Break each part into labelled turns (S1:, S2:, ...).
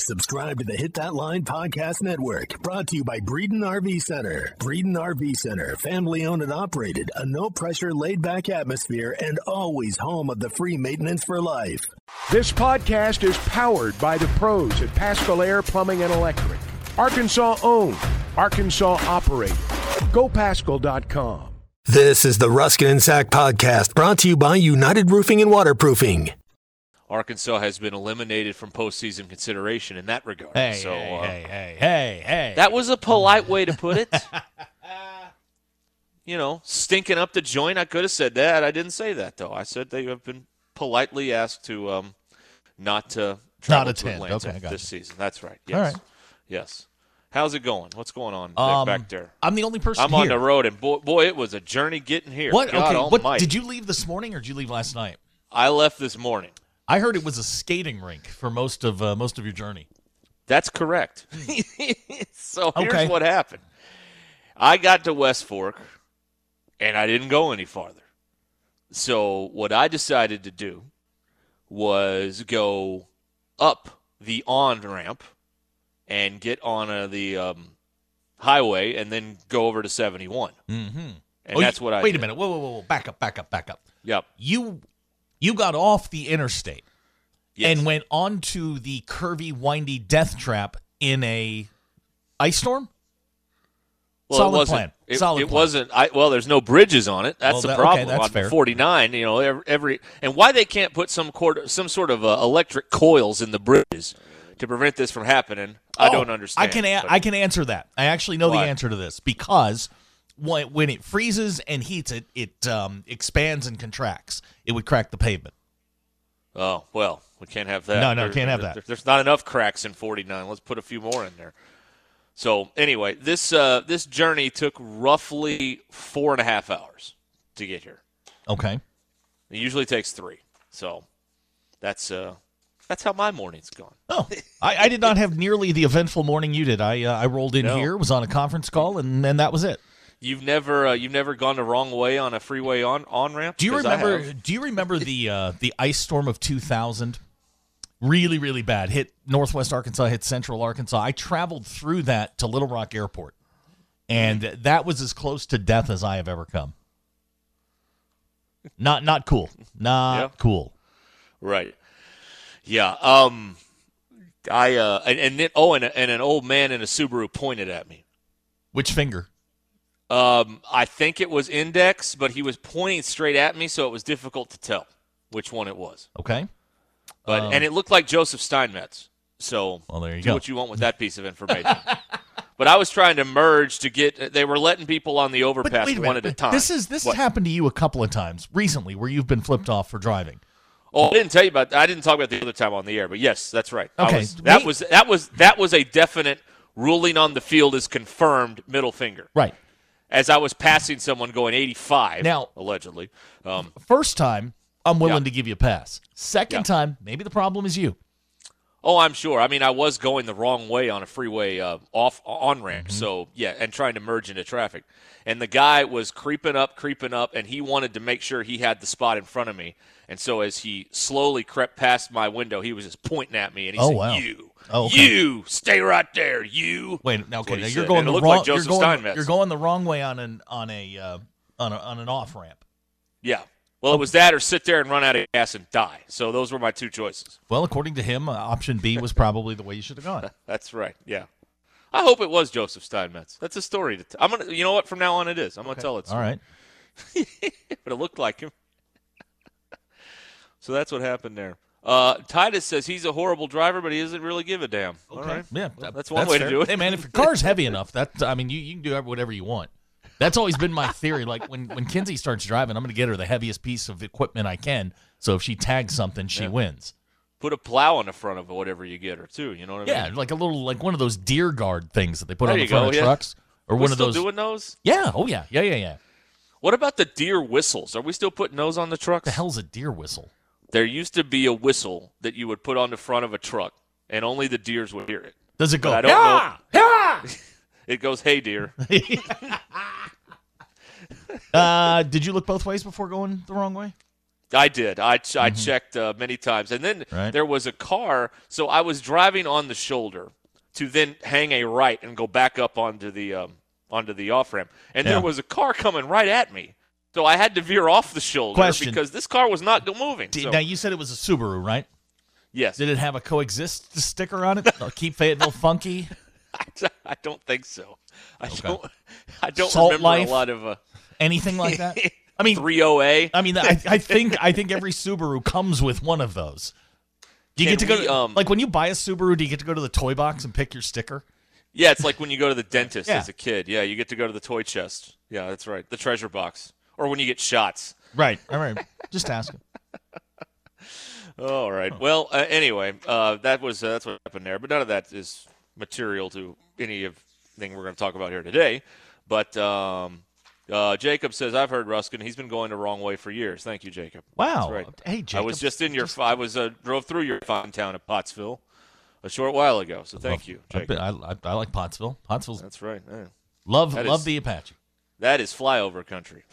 S1: Subscribe to the Hit That Line Podcast Network, brought to you by Breeden RV Center. Breeden RV Center, family owned and operated, a no pressure, laid back atmosphere, and always home of the free maintenance for life.
S2: This podcast is powered by the pros at Pascal Air Plumbing and Electric. Arkansas owned, Arkansas operated. GoPascal.com.
S1: This is the Ruskin and Sack Podcast, brought to you by United Roofing and Waterproofing.
S3: Arkansas has been eliminated from postseason consideration in that regard.
S4: Hey,
S3: so
S4: hey,
S3: uh,
S4: hey, hey, hey, hey.
S3: that was a polite way to put it. you know, stinking up the joint. I could have said that. I didn't say that though. I said they have been politely asked to um, not to travel to
S4: attend.
S3: Atlanta
S4: Okay, I got
S3: this
S4: you.
S3: season. That's right. Yes.
S4: All right.
S3: Yes. How's it going? What's going on Vic,
S4: Um,
S3: back there?
S4: I'm the only person
S3: I'm
S4: here.
S3: on the road, and boy, boy, it was a journey getting here.
S4: What?
S3: God
S4: okay. What?
S3: almighty.
S4: Did you leave this morning or did you leave last night?
S3: I left this morning.
S4: I heard it was a skating rink for most of uh, most of your journey.
S3: That's correct. so here's
S4: Okay.
S3: what happened. I got to West Fork and I didn't go any farther. So what I decided to do was go up the on ramp and get on uh, the um, highway and then go over to 71.
S4: Mm-hmm.
S3: And that's what I
S4: Wait
S3: did.
S4: a minute. Whoa, whoa, whoa, whoa. Back up, back up, back up.
S3: Yep.
S4: You you got off the interstate
S3: Yes.
S4: and went onto the curvy, windy death trap in a ice storm.
S3: Well,
S4: Solid
S3: it wasn't,
S4: plan.
S3: It,
S4: Solid
S3: it
S4: plan.
S3: wasn't. I, well, there's no bridges on it. That's
S4: Well,
S3: the
S4: that- okay,
S3: problem.
S4: that's
S3: on
S4: fair.
S3: 49, you know, every, every and why they can't put some quarter, some sort of uh, electric coils in the bridges to prevent this from happening. I
S4: Oh,
S3: don't understand.
S4: I can a-
S3: but-
S4: I can answer that. I actually know
S3: Why?
S4: the answer to this because when, when it freezes and heats, it it um, expands and contracts. It would crack the pavement.
S3: oh well, we can't have that.
S4: No, no, can't have that.
S3: There's not enough cracks in 49. Let's put a few more in there. So anyway, this uh, this journey took roughly four and a half hours to get here.
S4: Okay.
S3: It usually takes three. So that's uh, that's how my morning's gone.
S4: Oh, I, I did not have nearly the eventful morning you did. I uh, I rolled in
S3: No.
S4: here, was on a conference call, and then that was it.
S3: You've never uh, you've never gone the wrong way on a freeway on on ramp.
S4: Do you remember? Do you remember the uh, the ice storm of two thousand? Really, really bad. Hit northwest Arkansas. Hit central Arkansas. I traveled through that to Little Rock Airport, and that was as close to death as I have ever come. Not not cool. Not
S3: Yeah.
S4: cool.
S3: Right. Yeah. Um. I uh and, and then oh and, a- and an old man in a Subaru pointed at me.
S4: Which finger?
S3: Um. I think it was index, but he was pointing straight at me, so it was difficult to tell which one it was.
S4: Okay.
S3: But and it looked like Joseph Steinmetz. So
S4: Um. Well, there you
S3: do
S4: go.
S3: what you want with that piece of information. but I was trying to merge to get. They were letting people on the
S4: But
S3: overpass
S4: wait a
S3: one
S4: minute.
S3: at a
S4: but
S3: time.
S4: This is this
S3: What?
S4: has happened to you a couple of times recently, where you've been flipped off for driving.
S3: Oh, I didn't tell you about. I didn't talk about the other time on the air, but yes, that's right. I
S4: Okay,
S3: was- that
S4: we-
S3: was that was that was a definite ruling on the field is confirmed middle finger.
S4: Right.
S3: As I was passing someone going 85,
S4: Now-
S3: allegedly. Um,
S4: First time, I'm willing
S3: Yeah.
S4: to give you a pass. Second
S3: Yeah.
S4: time, maybe the problem is you.
S3: oh, I'm sure. I mean, I was going the wrong way on a freeway uh, off on ramp.
S4: Mm-hmm.
S3: So yeah, and trying to merge into traffic, and the guy was creeping up, creeping up, and he wanted to make sure he had the spot in front of me. And so as he slowly crept past my window, he was just pointing at me, and he
S4: Oh,
S3: said,
S4: wow.
S3: "You."
S4: Oh, okay.
S3: You stay right there. You
S4: Wait,
S3: That's
S4: now, okay,
S3: what
S4: now
S3: he
S4: you're
S3: said.
S4: going
S3: And
S4: the
S3: it looked
S4: wrong.
S3: like Joseph
S4: you're, going,
S3: Steinmetz.
S4: you're going the wrong way on an on a uh, on a, on an off ramp.
S3: Yeah. Well, it was that or sit there and run out of gas and die. So those were my two choices.
S4: Well, according to him, uh, option B was probably the way you should have gone.
S3: That's right. Yeah. I hope it was Joseph Steinmetz. That's a story to tell. I'm gonna. You know what? From now on, it is. I'm gonna tell it.
S4: All right.
S3: but it looked like him. so that's what happened there. Uh, Titus says he's a horrible driver, but he doesn't really give a damn. All right.
S4: Yeah,
S3: Well,
S4: that-
S3: that's one way
S4: fair.
S3: to do it.
S4: Hey man, if your car's heavy enough, that I mean, you, you can do whatever you want. That's always been my theory. Like when when Kinsey starts driving, I'm going to get her the heaviest piece of equipment I can. So if she tags something, she wins.
S3: Put a plow on the front of whatever you get her too. You know what I
S4: Yeah,
S3: mean?
S4: like a little like one of those deer guard things that they put
S3: There
S4: on the
S3: you
S4: front
S3: go,
S4: of
S3: yeah.
S4: trucks or
S3: We're
S4: one of
S3: still
S4: those.
S3: doing those.
S4: yeah. Oh yeah. Yeah yeah yeah. What
S3: What about the deer whistles? Are we still putting those on the trucks?
S4: the hell's a deer whistle?
S3: There used to be a whistle that you would put on the front of a truck, and only the deers would hear it.
S4: Does it go?
S3: But I don't know. it goes, "Hey, deer."
S4: Uh, did you look both ways before going the wrong way?
S3: I did. I, ch- I checked uh, many times. And then
S4: Mm-hmm. Right.
S3: there was a car. So I was driving on the shoulder to then hang a right and go back up onto the um, onto the off ramp. And
S4: Yeah.
S3: there was a car coming right at me. So I had to veer off the shoulder
S4: Question.
S3: because this car was not go- moving.
S4: Did,
S3: So,
S4: now you said it was a Subaru, right?
S3: yes.
S4: Did it have a coexist sticker on it? Keep Fayetteville funky.
S3: I don't think so. I don't I don't
S4: Salt
S3: remember
S4: life?
S3: a lot of uh,
S4: Anything like that? I mean,
S3: 308.
S4: I mean, I, I think I think every Subaru comes with one of those. Do you
S3: Can
S4: get to go
S3: we,
S4: to,
S3: um,
S4: like when you buy a Subaru? Do you get to go to the toy box and pick your sticker?
S3: Yeah, it's like when you go to the dentist
S4: Yeah.
S3: as a kid. Yeah, you get to go to the toy chest. Yeah, that's right. The treasure box. Or when you get shots.
S4: Right. All right. Just ask him.
S3: All right.
S4: Oh.
S3: Well, uh, anyway, uh, that was uh, that's what happened there. But none of that is material to any of thing we're going to talk about here today. But um, uh, Jacob says I've heard Ruskin. He's been going the wrong way for years. Thank you, Jacob.
S4: Wow.
S3: That's right.
S4: Hey,
S3: I was
S4: Jacob,
S3: just in your. I was uh, drove through your fine town of Pottsville a short while ago. So thank you,
S4: I've
S3: Jacob.
S4: been- I, I, I like Pottsville. Pottsville's
S3: That's right. yeah.
S4: love
S3: that
S4: love
S3: is-
S4: the Apache.
S3: That is flyover country.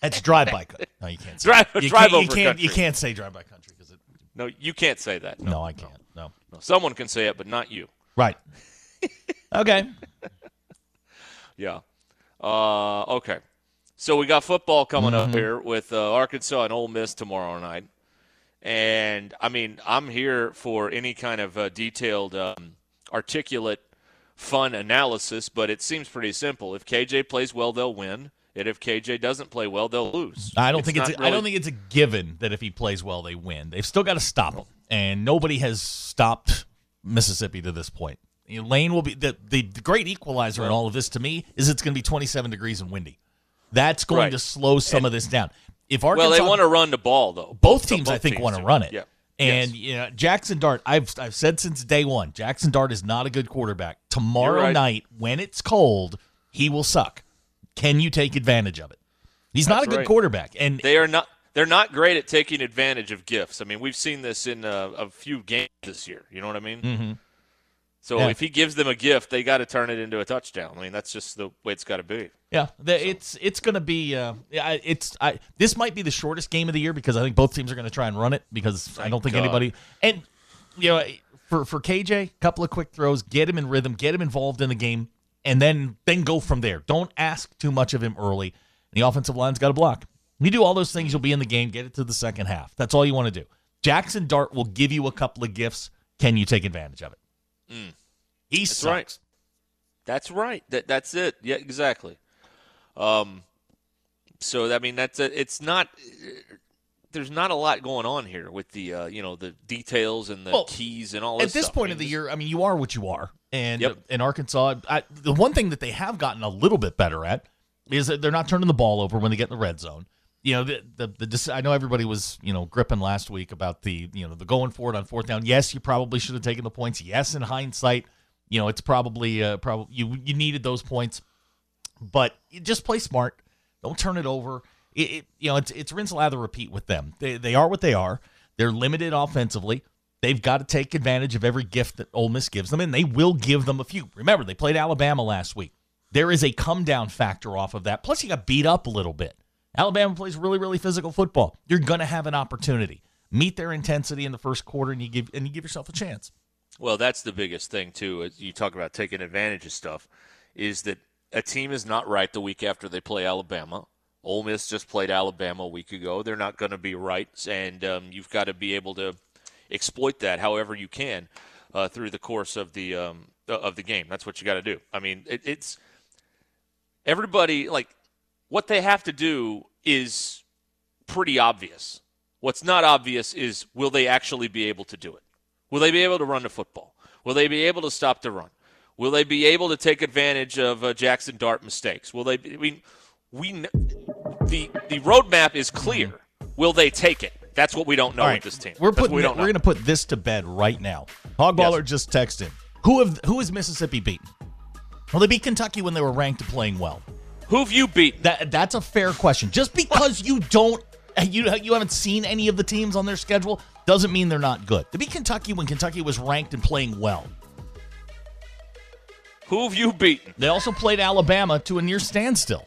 S4: That's drive by. Co- no, you can't. Say
S3: Drive-
S4: you
S3: drive
S4: can't, you
S3: over
S4: can't,
S3: country.
S4: You can't say drive by country because it.
S3: no, you can't say that.
S4: No, I can't. No.
S3: no. Someone can say it, but not you.
S4: Right. okay.
S3: Yeah. Uh, okay. So we got football coming up
S4: Mm-hmm.
S3: here with uh, Arkansas and Ole Miss tomorrow night, and I mean I'm here for any kind of uh, detailed, um, articulate, fun analysis. But it seems pretty simple. If KJ plays well, they'll win. And if KJ doesn't play well, they'll lose.
S4: I don't think it's.
S3: not
S4: I don't
S3: really-
S4: think it's a given that if he plays well, they win. They've still got to stop him, and nobody has stopped Mississippi to this point. You know, Lane will be the, the the great equalizer in all of this. To me, is it's going to be 27 degrees and windy. That's going
S3: Right.
S4: to slow some of this down. If Arkansas,
S3: Well, they want to run the ball though.
S4: both teams, I
S3: both
S4: think,
S3: teams
S4: want to
S3: do.
S4: run it.
S3: Yeah.
S4: And
S3: Yes.
S4: you know, Jackson Dart, I've I've said since day one, Jackson Dart is not a good quarterback. Tomorrow
S3: right.
S4: night, when it's cold, he will suck. Can you take advantage of it? He's not a
S3: That's
S4: good
S3: right.
S4: quarterback, and
S3: They are not. They're not great at taking advantage of gifts. I mean, we've seen this in uh, a few games this year. You know what I mean? Mm-hmm. So
S4: Yeah.
S3: if he gives them a gift, they got to turn it into a touchdown. I mean, that's just the way it's got to be.
S4: Yeah, the, it's it's going to be uh, I- it's I, this might be the shortest game of the year because I think both teams are going to try and run it because I don't think
S3: God.
S4: anybody and you know for for KJ, couple of quick throws, get him in rhythm, get him involved in the game, and then then go from there. Don't ask too much of him early. The offensive line's got to block. You do all those things, you'll be in the game. Get it to the second half. That's all you want to do. Jackson Dart will give you a couple of gifts. Can you take advantage of it? He sucks.
S3: Mm. right. That's right. That that's it. Yeah, exactly. Um, so I mean, that's it. It's not. There's not a lot going on here with the uh, you know the details and the
S4: Well,
S3: keys and all.
S4: at this
S3: stuff. I
S4: point
S3: mean,
S4: of the
S3: this-
S4: year, I mean, you are what you are, and
S3: Yep.
S4: in Arkansas, I, the one thing that they have gotten a little bit better at is that they're not turning the ball over when they get in the red zone. You know, the the, the dec- I know everybody was you know gripping last week about the you know the going for it on fourth down. Yes, you probably should have taken the points. Yes, in hindsight, you know it's probably uh, probably you you needed those points, but you just play smart. Don't turn it over. It, it- you know, it's it's rinse lather repeat with them. They they are what they are. They're limited offensively. They've got to take advantage of every gift that Ole Miss gives them, and they will give them a few. Remember, they played Alabama last week. There is a come down factor off of that. Plus, you got beat up a little bit. Alabama plays really, really physical football. You're gonna have an opportunity. Meet their intensity in the first quarter, and you give and you give yourself a chance.
S3: Well, that's the biggest thing too. Is you talk about taking advantage of stuff, is that a team is not right the week after they play Alabama. Ole Miss just played Alabama a week ago. They're not going to be right, and um, you've got to be able to exploit that however you can. uh, through the course of the um, uh, of the game. That's what you got to do. I mean, it, it's everybody like what they have to do is pretty obvious. What's not obvious is will they actually be able to do it? Will they be able to run the football? Will they be able to stop the run? Will they be able to take advantage of uh, Jackson Dart mistakes? Will they? Be, I mean, we kn- the the roadmap is clear. Will they take it? That's what we don't know
S4: All
S3: with this team.
S4: We're
S3: That's what
S4: putting
S3: we
S4: it-
S3: don't
S4: we're
S3: know.
S4: going to put this to bed right now. Hogballer just texted. Who have who has Mississippi beaten? Well, they beat Kentucky when they were ranked to playing well.
S3: Who've you beaten?
S4: That that's a fair question. Just because you don't you you haven't seen any of the teams on their schedule doesn't mean they're not good. They beat Kentucky when Kentucky was ranked and playing well.
S3: Who've you beaten?
S4: They also played Alabama to a near standstill.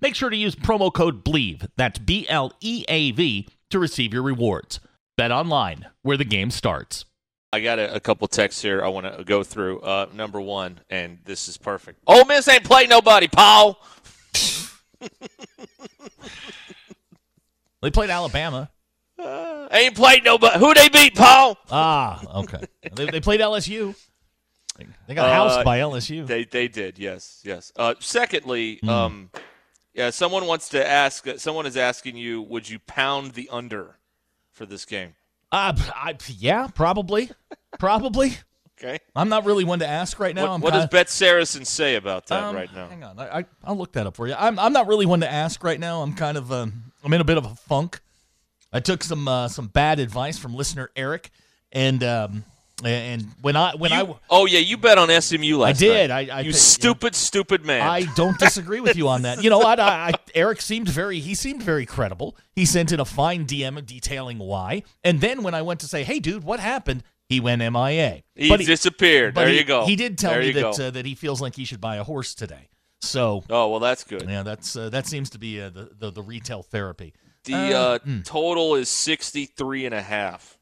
S4: Make sure to use promo code BLEAV, that's B L E A V, to receive your rewards. Bet online, where the game starts.
S3: I got a, a couple texts here I want to go through. Uh, number one, and this is perfect. Ole Miss ain't played nobody, Paul.
S4: They played Alabama.
S3: Uh, Ain't played nobody. Who they beat, Paul?
S4: Ah, okay. they, they played LSU. They got housed
S3: Uh,
S4: by LSU.
S3: They they did. Yes, yes. Uh, secondly,
S4: Hmm.
S3: um, yeah, someone wants to ask. uh, Someone is asking you, would you pound the under for this game?
S4: uh, I, yeah, probably. Probably.
S3: Okay.
S4: I'm not really one to ask right now.
S3: what
S4: I'm
S3: what does
S4: kinda-
S3: Bet Saracen say about that
S4: Um,
S3: right now?
S4: Hang on, I, I I'll look that up for you. I'm I'm not really one to ask right now. I'm kind of um, I'm in a bit of a funk. I took some uh, some bad advice from listener Eric, and um and when I when I
S3: You- oh yeah, you bet on SMU last.
S4: did.
S3: night.
S4: I- I
S3: you
S4: think- yeah.
S3: stupid, stupid man.
S4: I don't disagree with you on that. You know what? I, I, Eric seemed very he seemed very credible. He sent in a fine DM detailing why, and then when I went to say, "Hey, dude, what happened?" He went MIA.
S3: he
S4: But
S3: disappeared.
S4: but
S3: there
S4: he-
S3: you go.
S4: He did tell
S3: There
S4: me
S3: you
S4: that
S3: go.
S4: uh, that he feels like he should buy a horse today. So
S3: oh well, that's good.
S4: yeah, that's uh, that seems to be uh, the, the the retail therapy.
S3: The uh, total is 63 and a half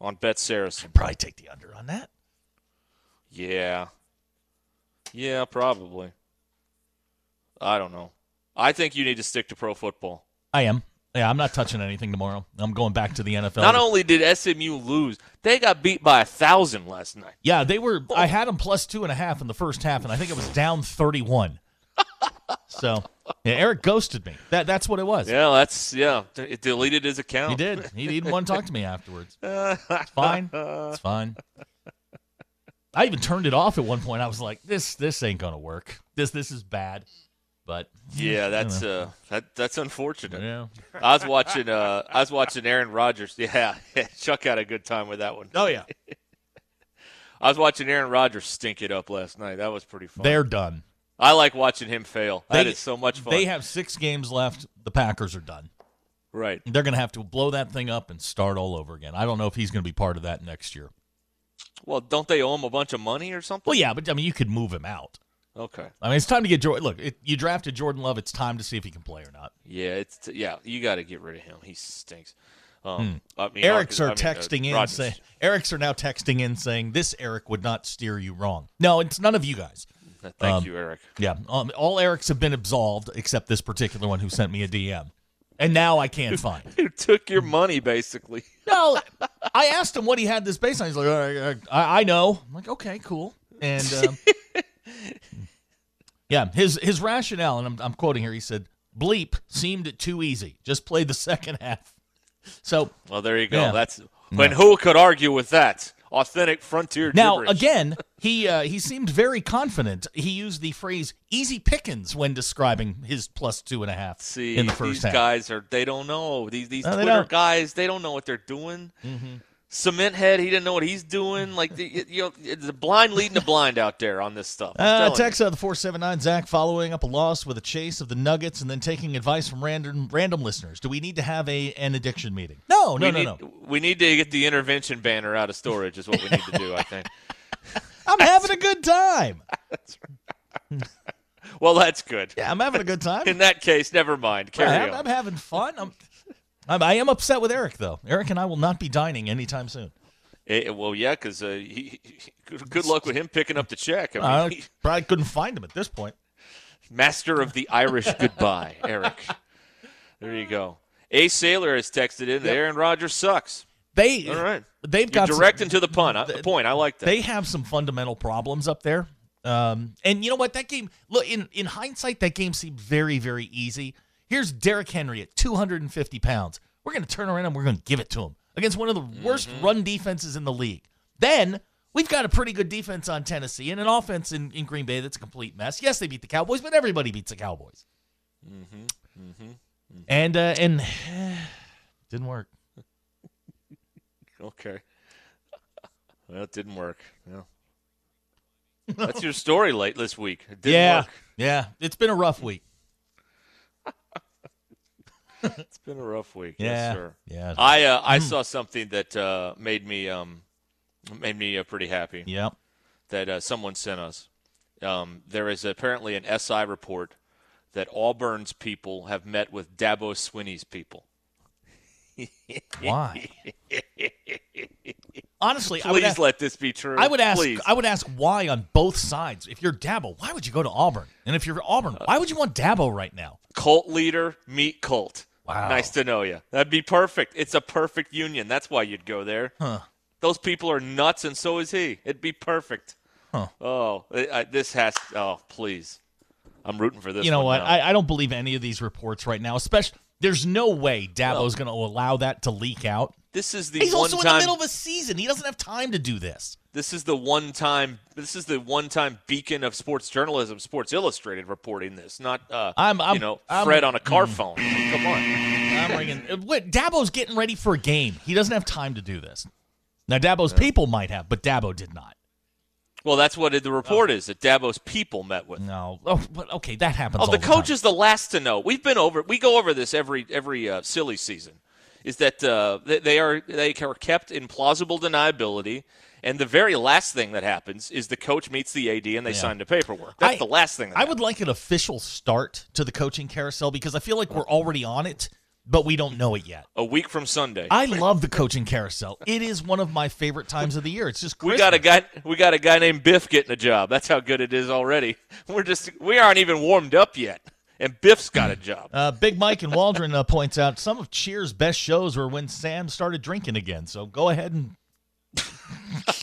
S3: on Bet Saracen.
S4: Probably take the under on that.
S3: Yeah. Yeah, probably. I don't know. I think you need to stick to pro football.
S4: I am. Yeah, I'm not touching anything tomorrow. I'm going back to the NFL.
S3: Not only did SMU lose, they got beat by a thousand last night.
S4: yeah, they were. I had them plus two and a half in the first half, and I think it was down 31. so yeah, Eric ghosted me. That that's what it was.
S3: Yeah, that's yeah. It deleted his account.
S4: He did. He didn't want to talk to me afterwards. It's fine. It's fine. I even turned it off at one point. I was like, "This this ain't gonna work. This this is bad." But
S3: Yeah, that's uh, that that's unfortunate.
S4: yeah.
S3: I was watching uh, I was watching Aaron Rodgers. Yeah, Chuck had a good time with that one.
S4: Oh yeah,
S3: I was watching Aaron Rodgers stink it up last night. That was pretty fun.
S4: they're done.
S3: I like watching him fail. that
S4: They-
S3: is so much fun.
S4: They have six games left. The Packers are done.
S3: right.
S4: They're going to have to blow that thing up and start all over again. I don't know if he's going to be part of that next year.
S3: Well, don't they owe him a bunch of money or something?
S4: Well, yeah, but I mean, you could move him out.
S3: Okay.
S4: I mean, it's time to get Jordan. Look, it, you drafted Jordan Love. It's time to see if he can play or not.
S3: Yeah, it's yeah. You got to get rid of him. He stinks. Um, I mean,
S4: Hmm. Eric's are
S3: Arkansas- I mean, uh,
S4: texting in
S3: Rodgers.
S4: saying Eric's are now texting in saying this Eric would not steer you wrong. No, it's none of you guys.
S3: Uh, Thank you, Eric.
S4: Yeah, um, all Erics have been absolved except this particular one who sent me a DM, and now I can't find.
S3: Who took your money basically?
S4: No, I asked him what he had this based on. He's like, all right, all right, I, I know. I'm like, okay, cool. And um, yeah, his his rationale, and I'm, I'm quoting here. He said, "Bleep seemed too easy. Just played the second half." So
S3: Well, there you go.
S4: Yeah.
S3: That's when who could argue with that? authentic frontier.
S4: Now,
S3: gibberish.
S4: again, he uh, he seemed very confident. He used the phrase "easy pickings" when describing his plus two and a half
S3: see
S4: in the first
S3: these
S4: half.
S3: guys are they don't know these these
S4: No, they
S3: Twitter
S4: don't. Mm-hmm.
S3: guys they don't know what they're doing. Cement head, he didn't know what he's doing. Like the, you know, it's the blind leading the blind out there on this stuff. I'm
S4: Uh,
S3: telling you.
S4: text out of the 479, Zach following up a loss with a chase of the Nuggets and then taking advice from random random listeners. Do we need to have a an addiction meeting? No, no,
S3: we
S4: no,
S3: need,
S4: no.
S3: We need to get the intervention banner out of storage. Is what we need to do. I think.
S4: I'm having a good time.
S3: Well, that's good.
S4: Yeah, I'm having a good time.
S3: In that case, never mind. Carry
S4: I'm,
S3: on.
S4: I'm having fun. I'm, I'm, I am upset with Eric, though. Eric and I will not be dining anytime soon.
S3: Eh, well, yeah, because uh, he, he- good, good luck with him picking up the check. I mean,
S4: I
S3: he-
S4: probably couldn't find him at this point.
S3: master of the Irish goodbye, Eric. There you go. A sailor has texted in. that Aaron Rodgers sucks.
S4: They,
S3: All right.
S4: They've
S3: You're
S4: got some-
S3: directing to the pun. I, the point. I like that.
S4: They have some fundamental problems up there. Um, and you know what? That game, look, in, in hindsight, that game seemed very, very easy. Here's Derrick Henry at 250 pounds. We're going to turn around and we're going to give it to him against one of the
S3: Mm-hmm.
S4: worst run defenses in the league. Then we've got a pretty good defense on Tennessee and an offense in, in Green Bay that's a complete mess. Yes, they beat the Cowboys, but everybody beats the Cowboys. Mm-hmm. And, uh, and didn't work.
S3: okay. Well, it didn't work. No. That's your story late this week. It didn't
S4: yeah.
S3: work.
S4: Yeah. It's been a rough week.
S3: It's been a rough week.
S4: Yeah.
S3: Yes, sir.
S4: Yeah.
S3: I uh, I saw something that uh, made me um made me uh, pretty happy
S4: Yep.
S3: that uh, someone sent us. Um, there is apparently an SI report that Auburn's people have met with Dabo Swinney's people.
S4: Why? Honestly, I would,
S3: Please
S4: ask,
S3: let this be true.
S4: I would ask.
S3: Please.
S4: I would ask why on both sides. If you're Dabo, why would you go to Auburn? And if you're Auburn, why would you want Dabo right now?
S3: cult leader meet cult.
S4: Wow.
S3: Nice to know you. That'd be perfect. It's a perfect union. That's why you'd go there. Huh. Those people are nuts, and so is he. It'd be perfect.
S4: Huh.
S3: Oh, I, I- this has. Oh, please. I'm rooting for this.
S4: you know
S3: one
S4: what?
S3: now.
S4: I, I don't believe any of these reports right now. Especially, there's no way Dabo's going to allow that to leak out.
S3: this is the
S4: He's
S3: one
S4: also in
S3: time.
S4: the middle of a season. He doesn't have time to do this.
S3: this is the one time. This is the one time beacon of sports journalism, Sports Illustrated reporting this. Not uh,
S4: I'm- I'm-
S3: you know,
S4: I'm- Mm.
S3: Fred on a car phone. I mean, come on.
S4: I'm ringing. uh, What, Dabo's getting ready for a game. He doesn't have time to do this. Now, Dabo's people might have, but Dabo did not.
S3: Well, that's what the
S4: Oh.
S3: report is that Dabo's people met with.
S4: No. Oh, but, okay, that happens.
S3: Oh,
S4: all
S3: the
S4: time.
S3: coach is the last to know. We've been over. We go over this every every uh, silly season. Is that uh, they, they are they are kept in plausible deniability, and the very last thing that happens is the coach meets the AD and they sign the paperwork. That's
S4: I-
S3: the last thing. That
S4: I would like an official start to the coaching carousel because I feel like we're already on it, but we don't know it yet.
S3: happens. a week from Sunday.
S4: I love the coaching carousel. It is one of my favorite times of the year. It's just
S3: we
S4: Christmas.
S3: got a guy. We got a guy named Biff getting a job. That's how good it is already. We're just we aren't even warmed up yet, and Biff's got a job.
S4: Uh, Big Mike and Waldron uh, points out some of Cheers' best shows were when Sam started drinking again. So go ahead and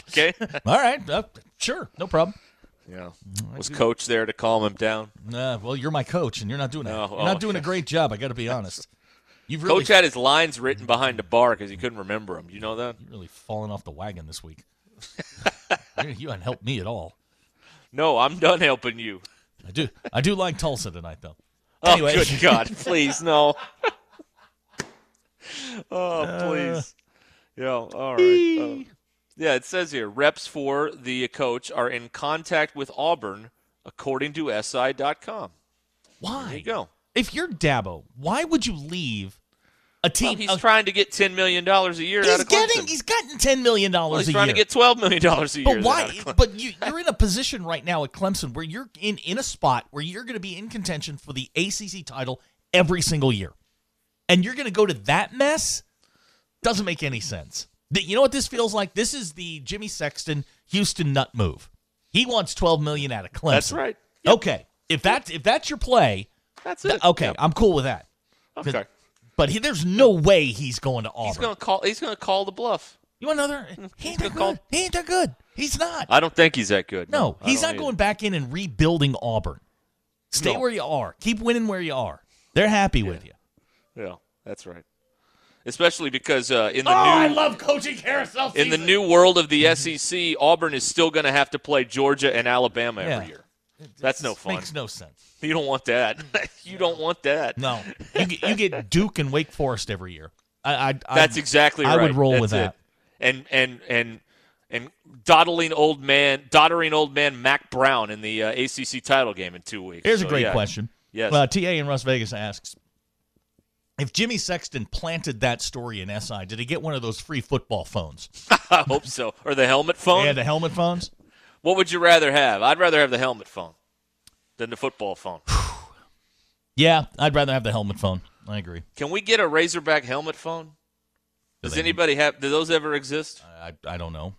S3: Okay.
S4: all right, uh, sure, no problem.
S3: yeah. Was coach there to calm him down?
S4: Uh, well, you're my coach, and you're not doing that.
S3: No,
S4: you're not
S3: oh,
S4: doing a
S3: yes.
S4: great job. I got to be honest. You've really,
S3: Coach had his lines written behind the bar because he couldn't remember them. You know that?
S4: really fallen off the wagon this week. You- you haven't helped me at all.
S3: No, I'm done helping you.
S4: I do. I do like Tulsa tonight, though.
S3: Oh,
S4: Anyway.
S3: good God. Please, no. oh, please. yeah, all right. Uh, yeah, it says here reps for the coach are in contact with Auburn, according to SI.com.
S4: Why?
S3: There you go.
S4: If you're Dabo, why would you leave a team?
S3: Well, he's
S4: a-
S3: trying to get $10 million a year
S4: he's
S3: out of Clemson.
S4: getting. He's gotten ten million
S3: Well,
S4: dollars
S3: he's
S4: a
S3: trying
S4: year.
S3: to get $12 million a year.
S4: but
S3: out
S4: why?
S3: of Clemson.
S4: But you, you're in a position right now at Clemson where you're in in a spot where you're going to be in contention for the ACC title every single year, and you're going to go to that mess. Doesn't make any sense. Th- You know what this feels like? This is the Jimmy Sexton Houston nut move. He wants twelve million out of Clemson.
S3: That's right.
S4: Okay, if that's if that's your play,
S3: That's
S4: th-
S3: it.
S4: okay, uh,
S3: Yep.
S4: I'm cool with that.
S3: Okay.
S4: But he, there's no way he's going to Auburn.
S3: He's going to call he's going to call the bluff.
S4: you want another? He ain't
S3: gonna
S4: that
S3: call-
S4: good. He ain't that good. He's not.
S3: I don't think he's that good.
S4: no,
S3: I
S4: he's
S3: don't
S4: not
S3: either.
S4: going back in and rebuilding Auburn. Stay
S3: No.
S4: where you are. Keep winning where you are. They're happy with you.
S3: Yeah, that's right. especially because uh, in the
S4: Oh, I
S3: new
S4: love coaching carousel.
S3: in the
S4: season.
S3: new world of the SEC, Auburn is still going to have to play Georgia and Alabama every
S4: Yeah.
S3: year. That's no
S4: This
S3: fun.
S4: Makes no sense.
S3: You don't want that. you don't want that.
S4: No, you get, you get Duke and Wake Forest every year. I, I, I
S3: That's exactly
S4: I
S3: right.
S4: would roll
S3: That's
S4: with
S3: it.
S4: that.
S3: And and and and dawdling old man, doddering old man Mac Brown in the uh, ACC title game in two weeks.
S4: Here's
S3: So,
S4: a great
S3: yeah.
S4: question.
S3: Yes.
S4: Uh, TA in Las Vegas asks if Jimmy Sexton planted that story in SI, did he get one of those free football phones?
S3: I hope so. Or the helmet phone.
S4: Yeah, the helmet phones.
S3: what would you rather have? I'd rather have the helmet phone than the football phone.
S4: Yeah, I'd rather have the helmet phone. I agree.
S3: Can we get a Razorback helmet phone?
S4: Do
S3: Does
S4: they-
S3: anybody have? Do those ever exist?
S4: I, I don't know.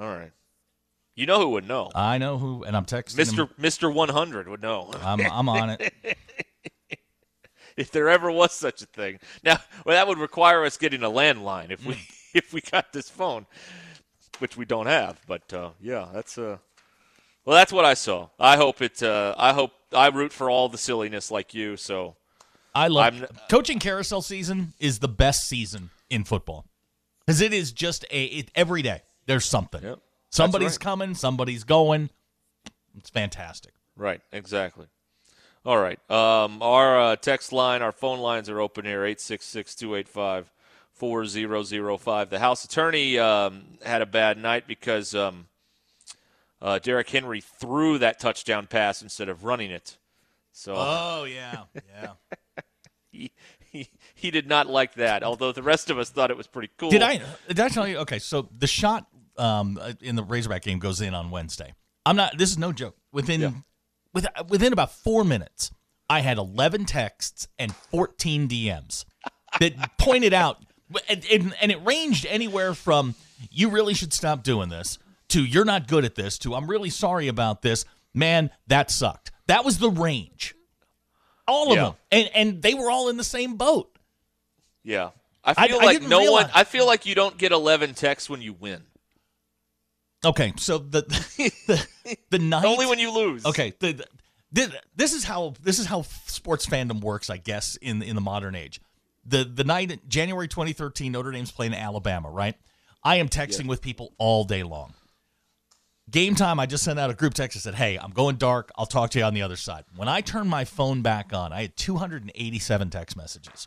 S3: All right. You know who would know?
S4: I know who, and I'm texting
S3: Mister
S4: him.
S3: Mister One Hundred would know.
S4: I'm, I'm on it.
S3: if there ever was such a thing. Now, well, that would require us getting a landline if we if we got this phone, which we don't have. But uh, yeah, that's uh, well, that's what I saw. I hope it. Uh, I hope I root for all the silliness like you. So
S4: I love
S3: I'm-
S4: coaching carousel season is the best season in football because it is just a it, every day there's something.
S3: Yep.
S4: Somebody's
S3: right.
S4: coming, somebody's going. It's fantastic.
S3: right, exactly. All right. Um, our uh, text line, our phone lines are open here 866 285 4005. The House attorney um, had a bad night because um, uh, Derrick Henry threw that touchdown pass instead of running it. So
S4: Oh yeah, yeah.
S3: he, he, he did not like that, although the rest of us thought it was pretty cool.
S4: Did I did I tell you? Okay, so the shot um, in the Razorback game goes in on Wednesday. I'm not. This is no joke. Within with, within about four minutes, I had 11 texts and 14 DMs that pointed out, and, and, and it ranged anywhere from "you really should stop doing this" to "you're not good at this" to "I'm really sorry about this." Man, that sucked. That was the range. All of
S3: Yeah.
S4: them, and and they were all in the same boat.
S3: Yeah. I
S4: I-
S3: feel
S4: I
S3: like
S4: didn't
S3: no one.
S4: realize-
S3: I feel like you don't get 11 texts when you win.
S4: Okay, so the the, the night
S3: Only when you lose.
S4: Okay, the, the, thi- this is how this is how sports fandom works, I guess, in in the modern age. The the night January 2013, Notre Dame's playing Alabama, right? I am texting with people all day long. Game time, I just sent out a group text that said, "Hey, I'm going dark. I'll talk to you on the other side." When I turned my phone back on, I had 287 text messages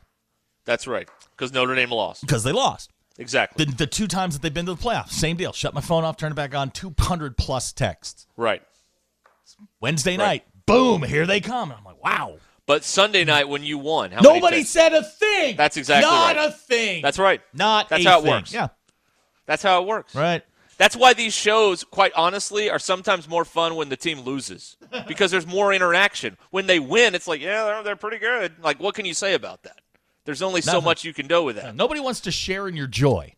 S3: That's right. Because Notre Dame lost.
S4: because they lost.
S3: Exactly.
S4: The, the two times that they've been to the playoffs, same deal. Shut my phone off, turn it back on. 200 plus texts.
S3: right.
S4: Wednesday
S3: Right.
S4: night, boom, here they come. And I'm like, wow.
S3: But Sunday night when you won, how many
S4: Mm. Nobody
S3: texts?
S4: said a thing.
S3: That's exactly
S4: not
S3: right.
S4: a thing.
S3: That's right.
S4: Not
S3: That's
S4: a
S3: how it
S4: thing.
S3: works.
S4: Yeah,
S3: That's how it works.
S4: right.
S3: That's why these shows, quite honestly, are sometimes more fun when the team loses because there's more interaction. When they win, it's like, yeah, they're, they're pretty good. Like, what can you say about that? There's only so
S4: Nothing.
S3: much you can do with that.
S4: Uh, Nobody wants to share in your joy.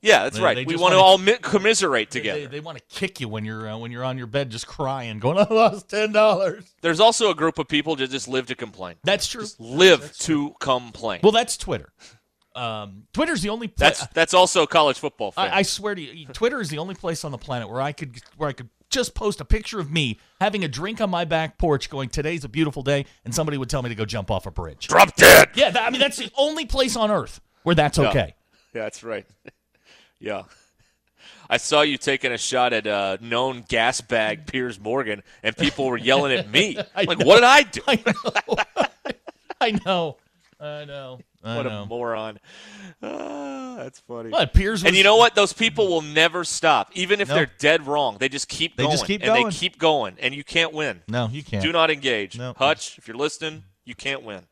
S3: Yeah, that's
S4: They-
S3: right.
S4: they
S3: we
S4: just
S3: want to
S4: wanna-
S3: all mi- commiserate
S4: They-
S3: together.
S4: They, want to kick you when you're uh, when you're on your bed just crying, going, "I lost ten dollars."
S3: There's also a group of people that just live to complain.
S4: That's true.
S3: Live to complain.
S4: Well, that's Twitter. Um, Twitter's the only. Pla-
S3: that's that's also college football. Fans.
S4: I, I swear to you, Twitter is the only place on the planet where I could where I could just post a picture of me having a drink on my back porch, going, "Today's a beautiful day," and somebody would tell me to go jump off a bridge.
S3: drop dead.
S4: Yeah, that, I mean that's the only place on earth where that's okay.
S3: Yeah, that's right. yeah. I saw you taking a shot at uh, known gas bag Piers Morgan, and people were yelling at me.
S4: I
S3: like,
S4: know.
S3: what did I do?
S4: I know. I know. I know. I
S3: what
S4: know.
S3: a moron. Ah, that's funny.
S4: Well, it appears
S3: And
S4: was-
S3: you know what? Those people will never stop, even if
S4: No.
S3: they're dead wrong. They just keep
S4: They
S3: going,
S4: just keep
S3: and
S4: going.
S3: they keep going, and you can't win.
S4: No, you can't.
S3: Do not engage,
S4: No.
S3: Hutch. If you're listening, you can't win.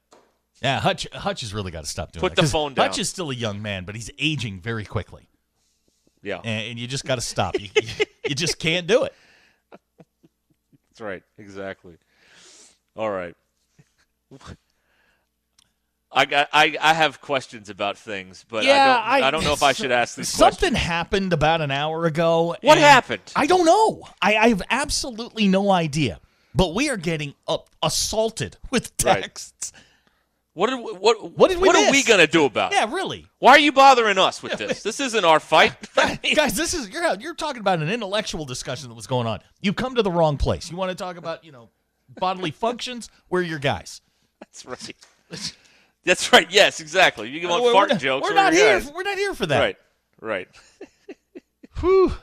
S4: Yeah, Hutch. Hutch has really got to stop doing.
S3: Put
S4: that,
S3: the
S4: 'cause
S3: phone down.
S4: Hutch is still a young man, but he's aging very quickly,
S3: Yeah,
S4: and, and you just got to stop. You, you, you just can't do it.
S3: that's right. Exactly. All right. I got. I, I have questions about things, but I, don't, I, don't know if I should ask these
S4: Something
S3: questions.
S4: happened about an hour ago.
S3: What
S4: and
S3: happened?
S4: I don't know. I, I have absolutely no idea. But we are getting up, assaulted with
S3: Right.
S4: texts.
S3: What are, we- what
S4: What did we
S3: what are
S4: miss?
S3: we gonna do about it?
S4: Yeah, really.
S3: Why are you bothering us with this? This isn't our fight.
S4: guys this is you're you're talking about an intellectual discussion that was going on you come to the wrong place you want to talk about you know bodily functions we're your guys
S3: That's right. That's right. Yes, exactly. You want
S4: We're-
S3: fart
S4: we're not-
S3: jokes?
S4: We're
S3: what are
S4: not
S3: your
S4: here.
S3: guys?
S4: For, we're not here for that.
S3: Right. Right.
S4: Whew.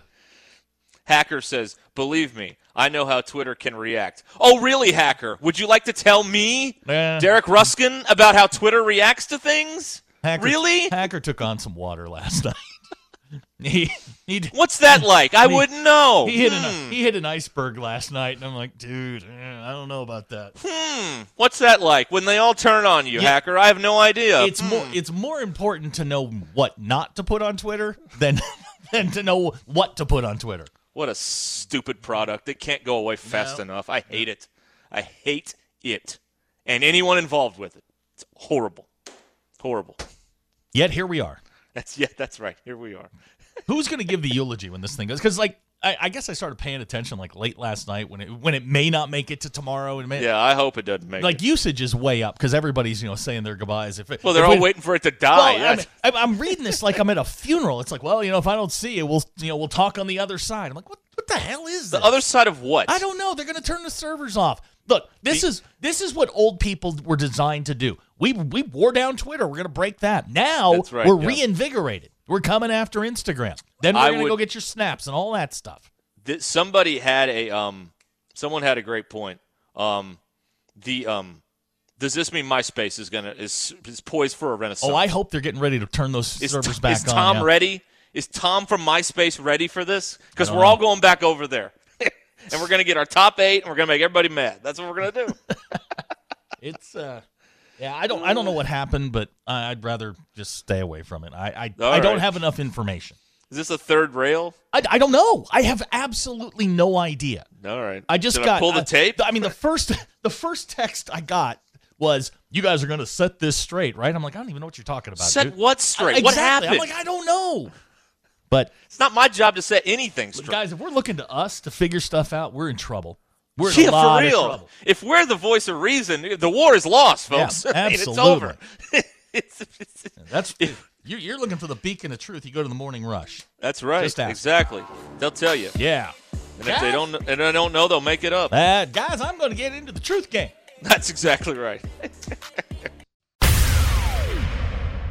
S3: Hacker says, "Believe me, I know how Twitter can react." Oh, really, Hacker? Would you like to tell me,
S4: Yeah.
S3: Derek Ruskin, about how Twitter reacts to things?
S4: Hacker,
S3: really?
S4: Hacker took on some water last night. he he d-
S3: What's that like? I
S4: He-
S3: wouldn't know.
S4: he hit
S3: Hmm.
S4: an he hit an iceberg last night, and I'm like, dude, eh, I don't know about that.
S3: Hmm. What's that like when they all turn on you,
S4: Yeah.
S3: Hacker? I have no idea.
S4: It's more it's more important to know what not to put on Twitter than than to know what to put on Twitter.
S3: What a stupid product. It can't go away fast enough. I hate it. I hate it. And anyone involved with it. It's horrible. Horrible.
S4: Yet here we are.
S3: That's yeah, that's right. Here we are.
S4: Who's going to give the eulogy when this thing goes? Because like I, I guess I started paying attention like late last night when it when it may not make it to tomorrow and may,
S3: Yeah, I hope it doesn't make
S4: like
S3: it.
S4: usage is way up because everybody's you know saying their goodbyes. If it,
S3: Well, they're
S4: if
S3: all
S4: we-
S3: waiting for it to
S4: Well,
S3: die.
S4: I
S3: That's-
S4: am I'm reading this like I'm at a funeral. It's like, well, you know, if I don't see you, we'll you know we'll talk on the other side. I'm like, what what the hell is
S3: the
S4: this?
S3: other side of what?
S4: I don't know. They're going to turn the servers off. Look, this is this is what old people were designed to do. We we wore down Twitter. We're going to break that. Now
S3: That's right,
S4: we're
S3: yeah.
S4: reinvigorated. We're coming after Instagram. Then we're
S3: I
S4: going to go
S3: would-
S4: get your snaps and all that stuff.
S3: Th- somebody had a um someone had a great point. Um the um does this mean MySpace is gonna is is poised for a renaissance?
S4: Oh, I hope they're getting ready to turn those
S3: Is,
S4: servers
S3: Tom-
S4: back
S3: is
S4: on.
S3: Tom
S4: yeah.
S3: ready? Is Tom from MySpace ready for this? Because
S4: don't
S3: we're all going back over there. and we're going to get our top eight and we're going to make everybody mad. That's what we're going to do.
S4: It's uh, yeah. I don't I don't know what happened, but I, I'd rather just stay away from it. I I,
S3: All
S4: I don't
S3: right.
S4: have enough information.
S3: Is this a third rail?
S4: I, I don't know. I have absolutely no idea.
S3: All right.
S4: I just
S3: Did
S4: got
S3: pull the
S4: uh,
S3: tape.
S4: I mean, the first the first text I got was, "You guys are going to set this straight, right?" I'm like, I don't even know what you're talking about.
S3: set
S4: dude.
S3: what straight?
S4: Exactly.
S3: What happened?
S4: I'm like, I don't know. But
S3: it's not my job to set anything straight.
S4: guys, if we're looking to us to figure stuff out, we're in trouble. We're in
S3: yeah,
S4: a lot
S3: for real.
S4: of trouble.
S3: If we're the voice of reason, the war is lost,
S4: Yeah,
S3: folks. I mean, it's
S4: absolutely.
S3: over. It's- it's-
S4: That's you're, you're looking for the beacon of truth. You go to the morning rush.
S3: that's right.
S4: Just ask.
S3: Exactly. They'll tell you.
S4: Yeah,
S3: And if they don't, and they don't know, they'll make it up.
S4: uh, guys, I'm going to get into the truth game.
S3: That's exactly right.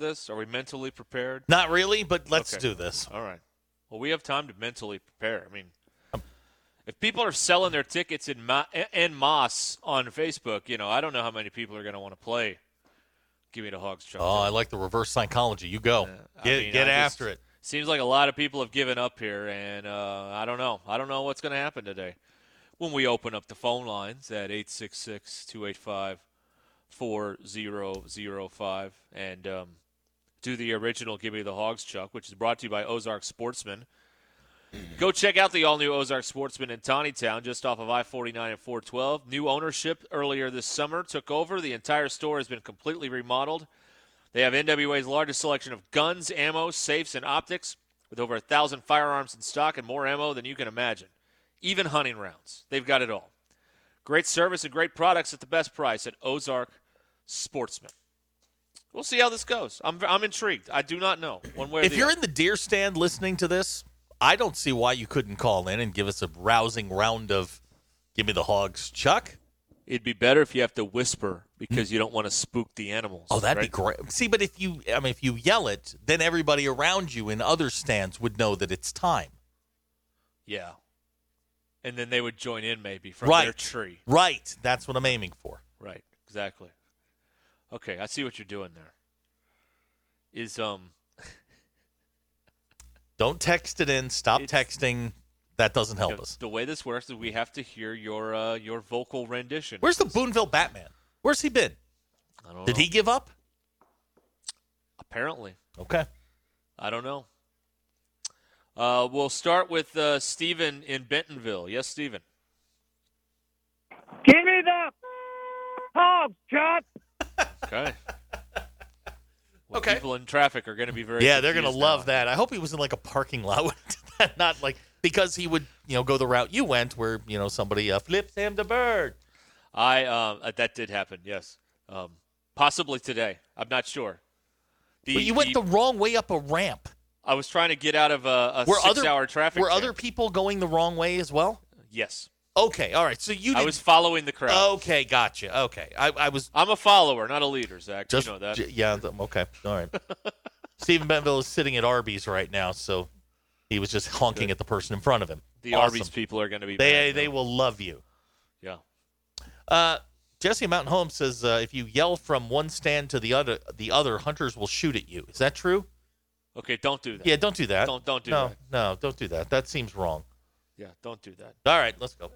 S3: This are we mentally prepared?
S4: Not really, but let's
S3: Okay.
S4: do this.
S3: All right. Well, we have time to mentally prepare. I mean, if people are selling their tickets in ma- en masse on Facebook, you know, I don't know how many people are going to want to play. Give me the hogs, Chuck.
S4: Oh, I like the reverse psychology. You go.
S3: Uh, I
S4: get
S3: mean,
S4: get
S3: I just-
S4: after it.
S3: Seems like a lot of people have given up here, and uh, I don't know. I don't know what's going to happen today. When we open up the phone lines at 866 285 4005 and um, do the original Give Me the Hogs Chuck, which is brought to you by Ozark Sportsman. Go check out the all new Ozark Sportsman in Tawnytown, just off of I 49 and 412. New ownership earlier this summer took over. The entire store has been completely remodeled. They have NWA's largest selection of guns, ammo, safes, and optics, with over a thousand firearms in stock and more ammo than you can imagine. Even hunting rounds. They've got it all. Great service and great products at the best price at Ozark Sportsman. We'll see how this goes. I'm, I'm intrigued. I do not know one way or
S4: If
S3: the
S4: you're
S3: other.
S4: in the deer stand listening to this, I don't see why you couldn't call in and give us a rousing round of Give me the hogs, Chuck.
S3: It'd be better if you have to whisper because you don't want to spook the animals.
S4: Hmm. Oh, that'd
S3: right?
S4: be great. See, but if you, I mean, if you yell it, then everybody around you in other stands would know that it's time.
S3: Yeah. And then they would join in maybe from
S4: right.
S3: their tree.
S4: Right. That's what I'm aiming for.
S3: Right. Exactly. Okay, I see what you're doing there. Is um
S4: Don't text it in. Stop
S3: It's-
S4: texting. That doesn't help
S3: the,
S4: us.
S3: the way this works is we have to hear your uh, your vocal rendition.
S4: Where's the Boonville Batman? Where's he been?
S3: I don't
S4: Did
S3: know.
S4: he give up?
S3: Apparently.
S4: Okay.
S3: I don't know. Uh, we'll start with uh, Steven in Bentonville. Yes, Steven.
S5: Give me the hogs, Chuck.
S3: Okay. Well,
S4: Okay.
S3: People in traffic are going to be very.
S4: yeah, they're gonna
S3: confused now.
S4: love that. I hope he was in like a parking lot, when he did that, not like because he would, you know, go the route you went, where you know somebody uh, flips him the bird.
S3: I um, uh, that did happen. Yes, um, possibly today. I'm not sure. The,
S4: but you went the wrong way up a ramp.
S3: I was trying to get out of a, a
S4: Were other
S3: six-hour traffic.
S4: Were
S3: jam.
S4: other people going the wrong way as well?
S3: Yes,
S4: Okay, all right. So you
S3: I
S4: didn't- Oh.
S3: was following the crowd.
S4: okay, gotcha. Okay, I, I was
S3: I'm a follower, not a leader, Zach.
S4: just
S3: you know that.
S4: j- yeah. th- Okay, all right. Stephen Benville is sitting at Arby's right now, so he was just honking
S3: Good.
S4: at the person in front of him.
S3: the
S4: Awesome.
S3: Arby's people are going to be.
S4: They
S3: mad
S4: they
S3: now.
S4: will love you.
S3: Yeah.
S4: Uh, Jesse Mountain Home says uh, if you yell from one stand to the other, the other hunters will shoot at you. Is that true?
S3: Okay. Don't do that.
S4: Yeah, don't do that.
S3: Don't- don't do
S4: no,
S3: that.
S4: No, don't do that. That seems wrong.
S3: Yeah. Don't do that.
S4: All right, let's go.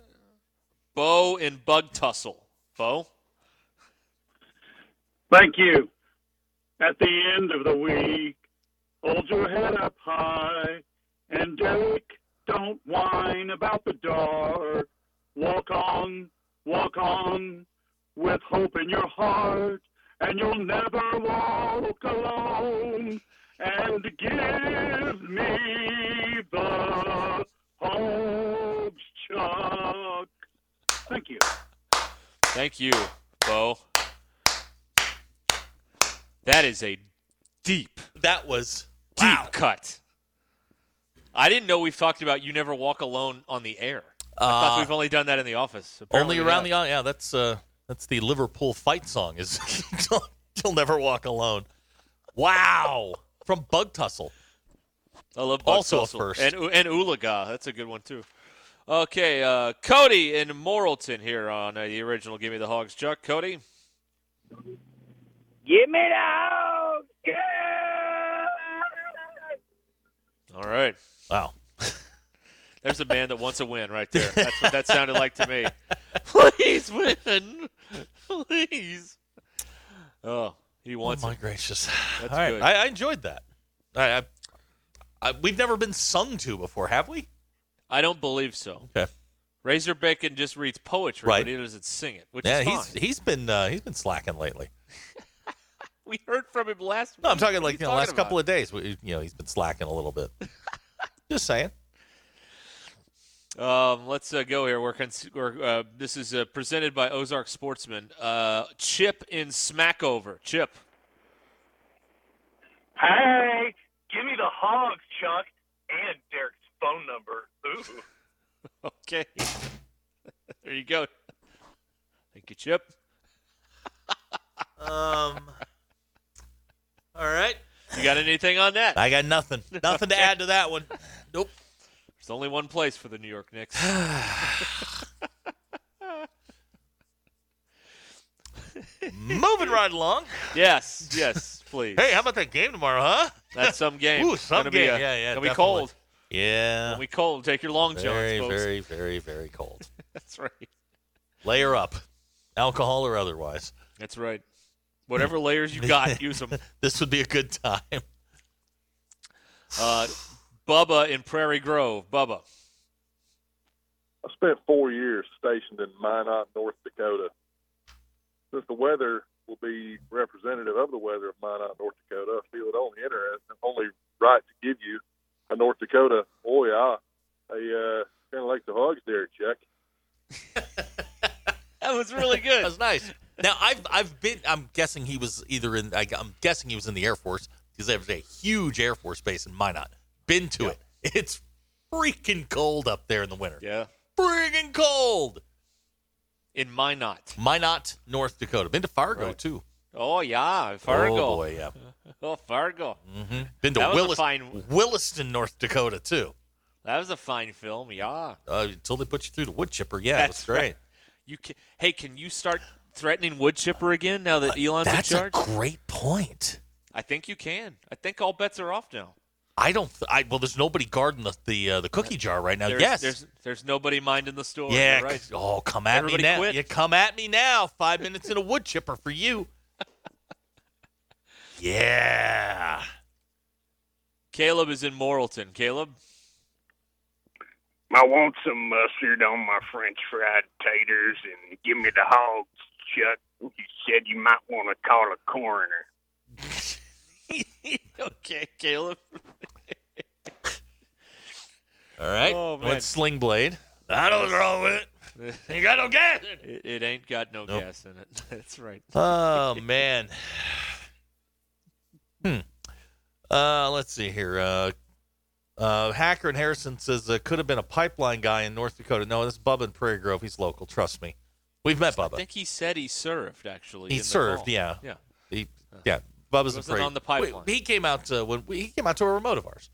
S3: Bo and Bug Tussle. Bo.
S5: Thank you. At the end of the week, hold your head up high and Derek, don't whine about the dark. Walk on, walk on with hope in your heart, and you'll never walk alone. And give me the hope, Chuck. Thank you.
S3: Thank you, Bo. That is a deep,
S4: That was
S3: deep cut. I didn't know we've talked about you never walk alone on the air. I thought
S4: Uh,
S3: we've only done that in the office.
S4: only around the yeah. That's uh, that's the Liverpool fight song. Is you'll never walk alone. Wow, from Bug Tussle.
S3: the. I love Bug
S4: also a
S3: Tussle.
S4: first.
S3: and and Oolaga. That's a good one too. Okay, uh, Cody in Morrilton here on uh, the original. Give me the hogs, Chuck. Cody.
S5: Give me the house.
S3: All right.
S4: Wow.
S3: There's a man that wants a win right there. That's what that sounded like to me. Please win. Please. Oh, he
S4: Oh
S3: wants
S4: my
S3: it.
S4: gracious.
S3: That's
S4: All right,
S3: good.
S4: I, I enjoyed that. All right, I, I, we've never been sung to before, have we?
S3: I don't believe so.
S4: Okay.
S3: Razor Bacon just reads poetry,
S4: Right.
S3: but he doesn't sing it, which
S4: Yeah,
S3: is fine.
S4: he's he's been uh, he's been slacking lately.
S3: we heard from him last week.
S4: No, I'm talking like
S3: What
S4: you
S3: are
S4: know, last couple
S3: talking
S4: of days. We, you know, he's been slacking a little bit. Just saying.
S3: about? Um, let's uh, go here. We're, cons- we're uh, this is uh, presented by Ozark Sportsman. Uh, Chip in Smackover. Chip.
S5: Hey, give me the hogs, Chuck, and Derek's phone number. Ooh.
S3: Okay. there you go. Thank you, Chip.
S4: Um. All right.
S3: You got anything on that?
S4: I got nothing. Nothing to add to that one. Nope.
S3: There's only one place for the New York Knicks.
S4: Moving right along.
S3: yes, yes, please.
S4: Hey, how about that game tomorrow, huh?
S3: That's some game.
S4: Ooh, some
S3: gonna Be
S4: game.
S3: a,
S4: Yeah, yeah,
S3: Gonna be
S4: definitely.
S3: cold.
S4: Yeah.
S3: Gonna be cold. Take your long johns,
S4: very,
S3: folks.
S4: very, very, very cold.
S3: That's right.
S4: Layer up, alcohol or otherwise.
S3: That's right. Whatever layers you got, use them.
S4: This would be a good time.
S3: Uh, Bubba in Prairie Grove. Bubba.
S5: I spent four years stationed in Minot, North Dakota. Since the weather will be representative of the weather of Minot, North Dakota, I feel it only interest, only right to give you a North Dakota. Oh yeah, I uh, kind of like the hogs there, Chuck.
S3: That was really
S4: That
S3: good.
S4: was nice. Now I've I've been. I'm guessing he was either in. I, I'm guessing he was in the Air Force because there's a huge Air Force base in Minot. Been to it. It's freaking cold up there in the winter.
S3: yeah.
S4: Freaking cold.
S3: in Minot.
S4: Minot, North Dakota. Been to Fargo
S3: Right.
S4: too.
S3: Oh yeah, Fargo.
S4: Oh boy, yeah.
S3: Oh Fargo.
S4: hmm Been to
S3: That was a
S4: Willis-
S3: fine-
S4: Williston, North Dakota too.
S3: That was a fine film. Yeah.
S4: Uh, until they put you through the wood chipper, yeah, it was
S3: That's
S4: great.
S3: right. You can, hey, can you start threatening wood chipper again now that Elon's
S4: Uh, That's
S3: in
S4: a
S3: charge?
S4: great point.
S3: I think you can. I think all bets are off now.
S4: I don't. Th- I well, there's nobody guarding the the, uh, the cookie jar right now.
S3: there's,
S4: yes.
S3: There's there's nobody minding the store.
S4: yeah.
S3: You're right.
S4: c- Oh, come at
S3: Everybody
S4: me now.
S3: quit.
S4: You come at me now. Five minutes in a wood chipper for you. yeah.
S3: Caleb is in Morrilton. Caleb.
S5: I want some mustard on my French fried taters and give me the hogs, Chuck. You said you might want to call a coroner.
S3: okay, Caleb.
S4: All right.
S3: Oh, man.
S4: What's Sling Blade? I don't wrong with it. You got no gas. in it.
S3: It, it ain't got no
S4: Nope.
S3: gas in it. That's right.
S4: Oh man. Hmm. Uh, let's see here. Uh, uh, Hacker and Harrison says uh, could have been a pipeline guy in North Dakota. No, that's Bubba in Prairie Grove. He's local. Trust me. We've met
S3: I
S4: Bubba.
S3: think he said he served actually.
S4: He
S3: in the
S4: served,
S3: call.
S4: yeah.
S3: Yeah.
S4: He, yeah, Bubba's
S3: He
S4: in
S3: wasn't
S4: Prairie.
S3: on the pipeline.
S4: We- he came out to, when we, he came out to a remote of ours.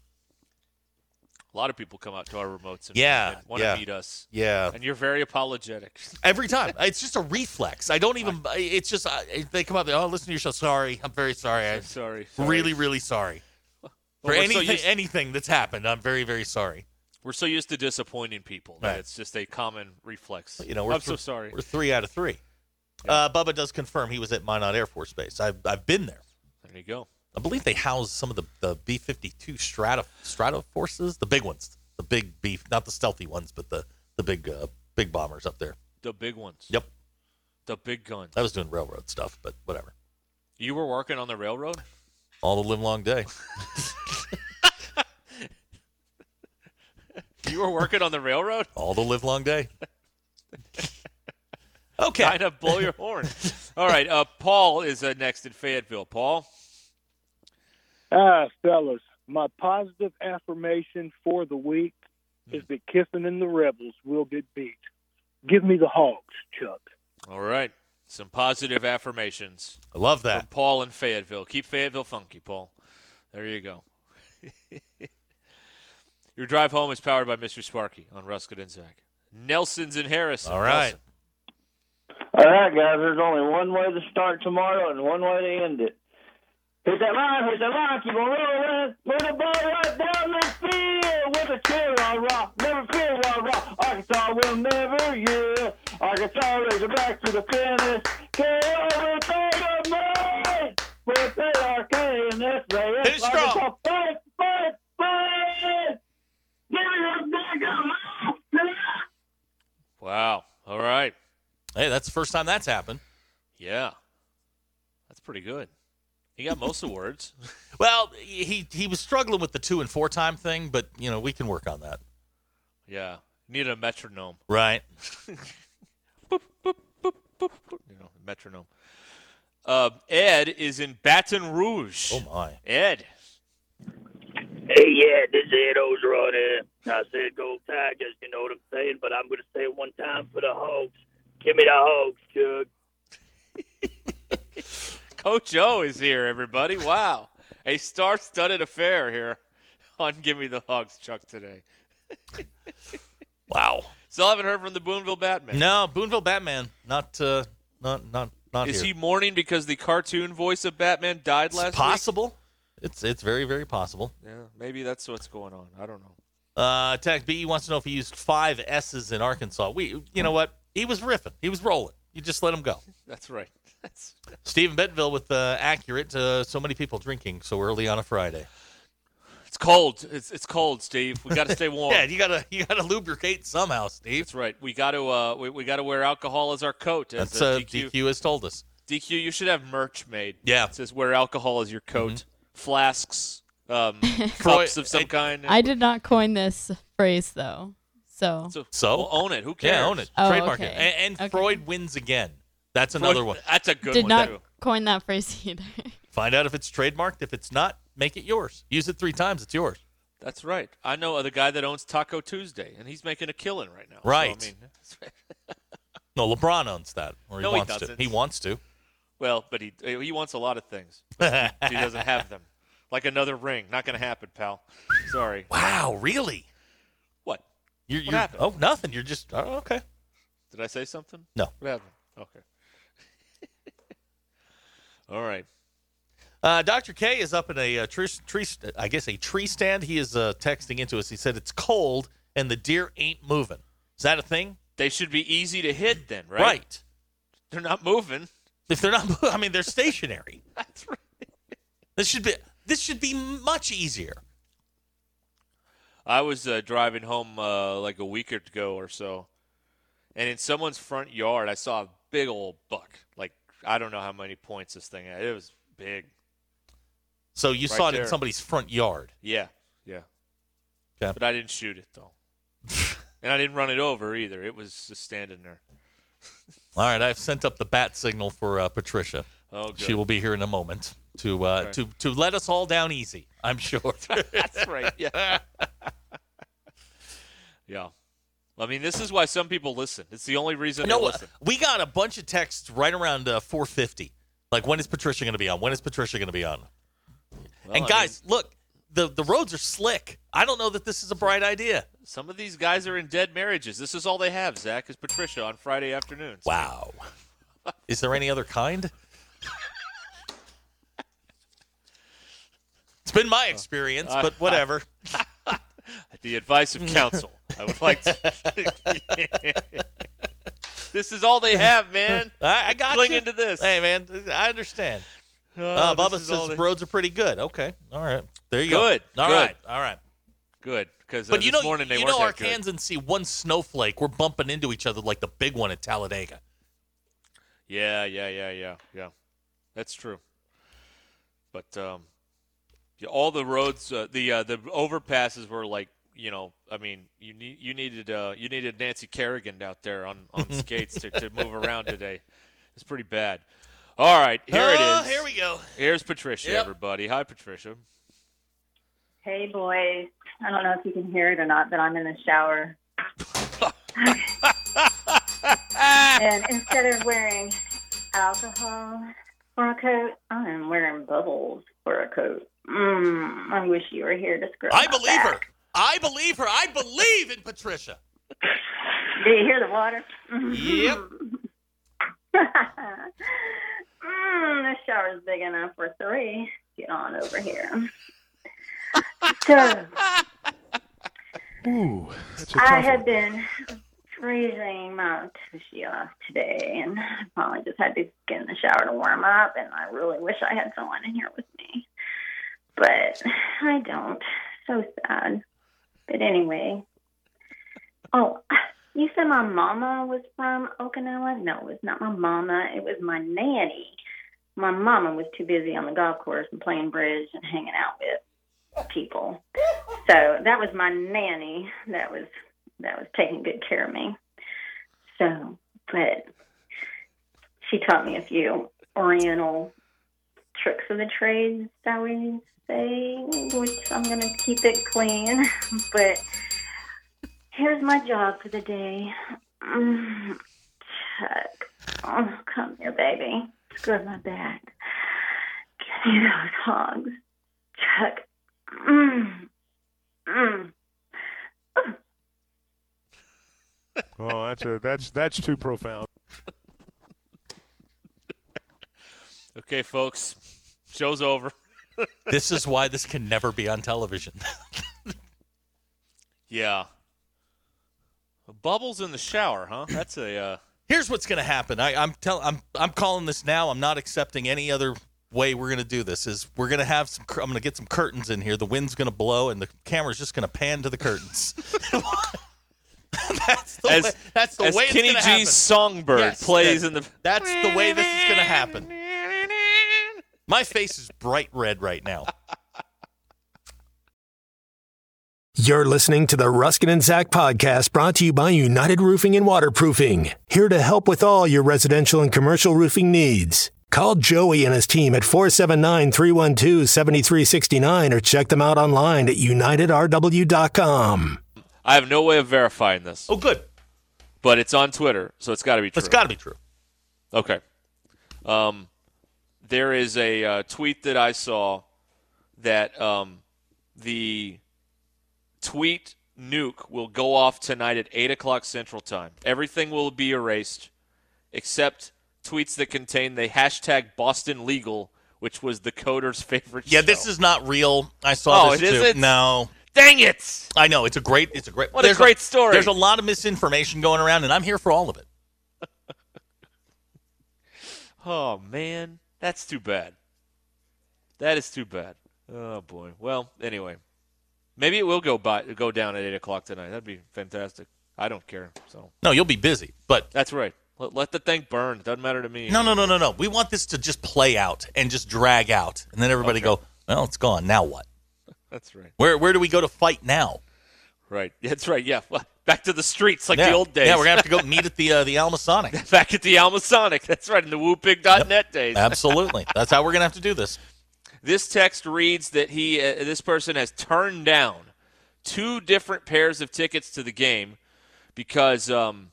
S3: A lot of people come out to our remotes and,
S4: Yeah,
S3: want to
S4: yeah.
S3: meet us.
S4: Yeah.
S3: And you're very apologetic.
S4: Every time, it's just a reflex. I don't even. It's just I, they come out. They, oh, listen to your show. Sorry, I'm very sorry. I'm
S3: sorry,
S4: Really, really sorry
S3: Well,
S4: for
S3: we're so
S4: anything
S3: used-
S4: anything that's happened. I'm very, very sorry.
S3: We're so used to disappointing people that
S4: Right.
S3: it's just a common reflex.
S4: You know, we're
S3: I'm so
S4: th-
S3: sorry.
S4: We're three out of three. Uh, Bubba does confirm he was at Minot Air Force Base. I've I've been there.
S3: There you go.
S4: I believe they house some of the, the B fifty two strata strata forces, the big ones, the big beef, not the stealthy ones, but the the big uh, big bombers up there.
S3: The big ones.
S4: Yep,
S3: The big guns.
S4: I was doing railroad stuff, but whatever.
S3: You were working on the railroad?
S4: All the live long day.
S3: You were working on the railroad?
S4: All the live long day. Okay.
S3: Kind of blow your horn. All right. Uh, Paul is uh, next in Fayetteville. Paul?
S6: Ah, fellas, my positive affirmation for the week is
S3: Hmm.
S6: that Kiffin and the Rebels will get beat. Give me the Hogs, Chuck.
S3: All right. Some positive affirmations.
S4: I love
S3: From Paul in Fayetteville. Keep Fayetteville funky, Paul. There you go. Your drive home is powered by Mr. Sparky on Ruskin and Zach. Nelson's in Harrison.
S4: All right.
S3: Nelson.
S7: All right, guys, there's only one way to start tomorrow and one way to end it. Hit that line, hit that line, keep on rolling with the ball right down the field with a cheer on rock. Never fear, Wild Rock. Arkansas will never, yeah. Arkansas is back to the finish. KO will take a man with ARK and SAS.
S8: Hit it strong.
S7: Arkansas, fight, fight, fight. Give me a big
S3: Wow. All right.
S4: Hey, that's the first time that's happened.
S3: Yeah. That's pretty good. He got most of the words.
S4: Well, he he was struggling with the two and four time thing, but you know we can work on that.
S3: Yeah. Needed a metronome.
S4: Right.
S3: You know, metronome. Uh, Ed is in Baton Rouge. Oh,
S4: my.
S3: Ed.
S9: Hey, yeah, this is Ed Ogeron here. I said go Tigers, you know what I'm saying? But I'm going to say it one time for the Hogs. Give me the Hogs, Chuck.
S3: Coach O is here, everybody. Wow. A star studded affair here on Give Me the Hogs Chuck today.
S4: wow.
S3: Still haven't heard from the Boonville Batman.
S4: No, Boonville Batman, not uh, not not not
S3: Is
S4: here.
S3: he mourning because the cartoon voice of Batman died last
S4: it's possible? It's it's very very possible.
S3: week? Yeah, maybe that's what's going on. I don't know.
S4: Uh, Tech B wants to know if he used five S's in Arkansas. We, you know what? He was riffing. He was rolling. You just let him go.
S3: That's right. That's
S4: Stephen Bentville with uh, accurate. Uh, so many people drinking so early on a Friday.
S3: it's cold. It's it's cold, Steve. We got to stay warm.
S4: yeah, you gotta you gotta lubricate somehow, Steve.
S3: That's right. We got to uh we, we got to wear alcohol as our coat. As
S4: That's
S3: uh,
S4: uh,
S3: DQ.
S4: DQ. has told us.
S3: DQ, you should have merch made.
S4: Yeah. Mm-hmm.
S3: It says wear alcohol as your coat, flasks, um,
S4: Troy,
S3: cups of some kind.
S10: I did not coin this phrase though. So
S3: So,
S4: So
S3: Well, own it. Who cares?
S4: Yeah, own it.
S10: Oh,
S4: Trademark it.
S10: okay.
S4: And, and Freud wins again. That's
S3: Freud-
S4: another one.
S3: That's a good
S10: did
S4: one
S10: not
S4: too.
S10: coin that phrase either.
S4: Find out if it's trademarked. If it's not, make it yours. Use it three times. It's yours.
S3: That's right. I know the guy that owns Taco Tuesday, and he's making a killing right now. So, I
S4: Right.
S3: mean,
S4: No, LeBron owns that. Or he
S3: No, he
S4: wants to.
S3: doesn't.
S4: He wants to.
S3: Well, but he he wants a lot of things. But he doesn't have them. Like another ring, not going to happen, pal. Sorry.
S4: Wow, really?
S3: What?
S4: You're,
S3: What
S4: you're-
S3: happened?
S4: Oh, nothing. You're just oh, okay.
S3: Did I say something?
S4: No.
S3: What happened? Okay. All right.
S4: Uh, Dr. K is up in a uh, tree, tree, st- I guess a tree stand. He is uh, texting into us. He said it's cold and the deer ain't moving. Is that a thing?
S3: They should be easy to hit then, right?
S4: Right.
S3: They're not moving.
S4: If they're not, mo- I mean, they're stationary. That's right. This should be this should be much easier.
S3: I was uh, driving home uh, like a week ago or so, and in someone's front yard, I saw a big old buck. Like I don't know how many points this thing had. It was big.
S4: So you
S3: Right
S4: saw it
S3: there.
S4: in somebody's front yard.
S3: Yeah, yeah.
S4: Okay.
S3: But I didn't shoot it though, and I didn't run it over either. It was just standing there.
S4: All right, I've sent up the bat signal for uh, Patricia.
S3: Oh, good.
S4: She will be here in a moment to uh,
S3: Okay.
S4: to to let us all down easy. I'm sure.
S3: That's right. Yeah. yeah. I mean, this is why some people listen. It's the only reason
S4: No,
S3: they
S4: uh,
S3: listen.
S4: we got a bunch of texts right around uh, 450. Like, when is Patricia going to be on? When is Patricia going to be on?
S3: Well, I
S4: and
S3: mean-
S4: guys, look, the the roads are slick. I don't know that this is a bright idea.
S3: Some of these guys are in dead marriages. This is all they have, Zach, is Patricia on Friday afternoons.
S4: Wow. Is there any other kind? it's been my experience,
S3: Uh,
S4: but whatever.
S3: At the advice of counsel, I would like to. this is all they have, man.
S4: I, I got
S3: Cling
S4: you.
S3: into this.
S4: Hey, man, I understand.
S3: Uh,
S4: Uh,
S3: this
S4: Bubba
S3: is all
S4: says
S3: they-
S4: roads are pretty good. Okay, all right. There you
S3: Good.
S4: go. All
S3: good,
S4: right, all right.
S3: Good. Because uh,
S4: But you
S3: this
S4: know,
S3: morning they
S4: you
S3: weren't
S4: know,
S3: that
S4: Arkansans see one snowflake. We're bumping into each other like the big one at Talladega.
S3: good. Yeah, yeah, yeah, yeah, yeah. That's true. But um, yeah, all the roads, uh, the uh, the overpasses were like, you know, I mean, you need you needed uh, you needed Nancy Kerrigan out there on on skates to, to move around today. It's pretty bad. All right, here
S4: Oh,
S3: it is.
S4: Here we go.
S3: Here's Patricia,
S4: Yep.
S3: everybody. Hi, Patricia.
S8: Hey, boys. I don't know if you can hear it or not, but I'm in the shower. and instead of wearing alcohol for a coat, I am wearing bubbles for a coat. Mm, I wish you were here to screw.
S4: I believe her. I believe her. I believe in Patricia.
S8: Do you hear the water? Mm-hmm.
S4: Yep.
S8: mm, this shower's big enough for three. Get on over here. so,
S2: Ooh, that's a
S8: I
S2: tough
S8: have been freezing my tushy off today, and I finally just had to get in the shower to warm up. And I really wish I had someone in here with me, but I don't. So sad. But anyway, oh, you said my mama was from Okinawa? No, it was not my mama. It was my nanny. My mama was too busy on the golf course and playing bridge and hanging out with people. So that was my nanny. That was that was taking good care of me. So, but she taught me a few Oriental tricks of the trade, shall we say, which I'm going to keep it clean. But here's my job for the day. Mm, Chuck, oh, come here, baby. Scrub my back. Give me those hogs. Chuck. Mm, mm.
S2: one. Oh, that's a that's that's too profound.
S3: Okay, folks, show's over.
S4: This is why this can never be on television.
S3: yeah. Bubbles in the shower, huh? That's a. Uh,
S4: Here's what's going to happen. I, I'm tell, I'm I'm calling this now. I'm not accepting any other way we're going to do this. Is we're going to have some. cur- I'm going to get some curtains in here. The wind's going to blow, and the camera's just going to pan to the curtains. that's the
S3: As-
S4: way, that's the
S3: as
S4: way
S3: Kenny
S4: it's gonna
S3: G's
S4: happen.
S3: Songbird
S4: Yes,
S3: plays
S4: that-
S3: in the.
S4: That's the way this is going to happen. My face is bright red right now.
S1: You're listening to the Ruskin and Zach podcast brought to you by United Roofing and Waterproofing, here to help with all your residential and commercial roofing needs. Call Joey and his team at 479 312 7369 or check them out online at unitedrw.com.
S3: I have no way of verifying this.
S4: Oh, good.
S3: but it's on Twitter, so it's got to be true.
S4: It's got to be true.
S3: Okay. Um, there is a uh, tweet that I saw that um, the tweet nuke will go off tonight at 8 o'clock Central Time. Everything will be erased except tweets that contain the hashtag Boston Legal, which was the coder's favorite
S4: Yeah, this is not real. I saw
S3: Oh,
S4: this
S3: it
S4: too.
S3: isn't?
S4: No.
S3: Dang it!
S4: I know it's a great, it's a great.
S3: What a
S4: there's
S3: great story.
S4: There's a lot of misinformation going around, and I'm here for all of it.
S3: Oh man, that's too bad. That is too bad. Oh boy. Well, anyway, maybe it will go by go down at eight o'clock tonight. That'd be fantastic. I don't care. So
S4: No, you'll be busy, but
S3: that's right. Let, let the thing burn. Doesn't matter to me.
S4: no, no, no, no, no. We want this to just play out and just drag out, and then everybody go, "Well, it's gone. Now what?
S3: That's right.
S4: Where where do we go to fight now?"
S3: Right. That's right. Yeah. Back to the streets like
S4: Yeah.
S3: the old days.
S4: Yeah, we're gonna have to go meet at the uh, the Almasonic.
S3: Back at the Almasonic. That's right. In the WooPig.net days.
S4: Absolutely, that's how we're gonna have to do this.
S3: This text reads that he, uh, this person has turned down two different pairs of tickets to the game because um,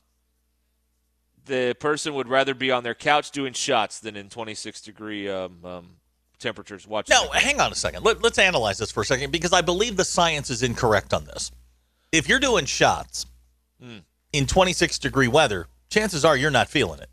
S3: the person would rather be on their couch doing shots than in 26 degree um, um, temperatures watching.
S4: No, hang on a second. Let, let's analyze this for a second because I believe the science is incorrect on this. If you're doing shots
S3: Hmm.
S4: in 26 degree weather, chances are you're not feeling it.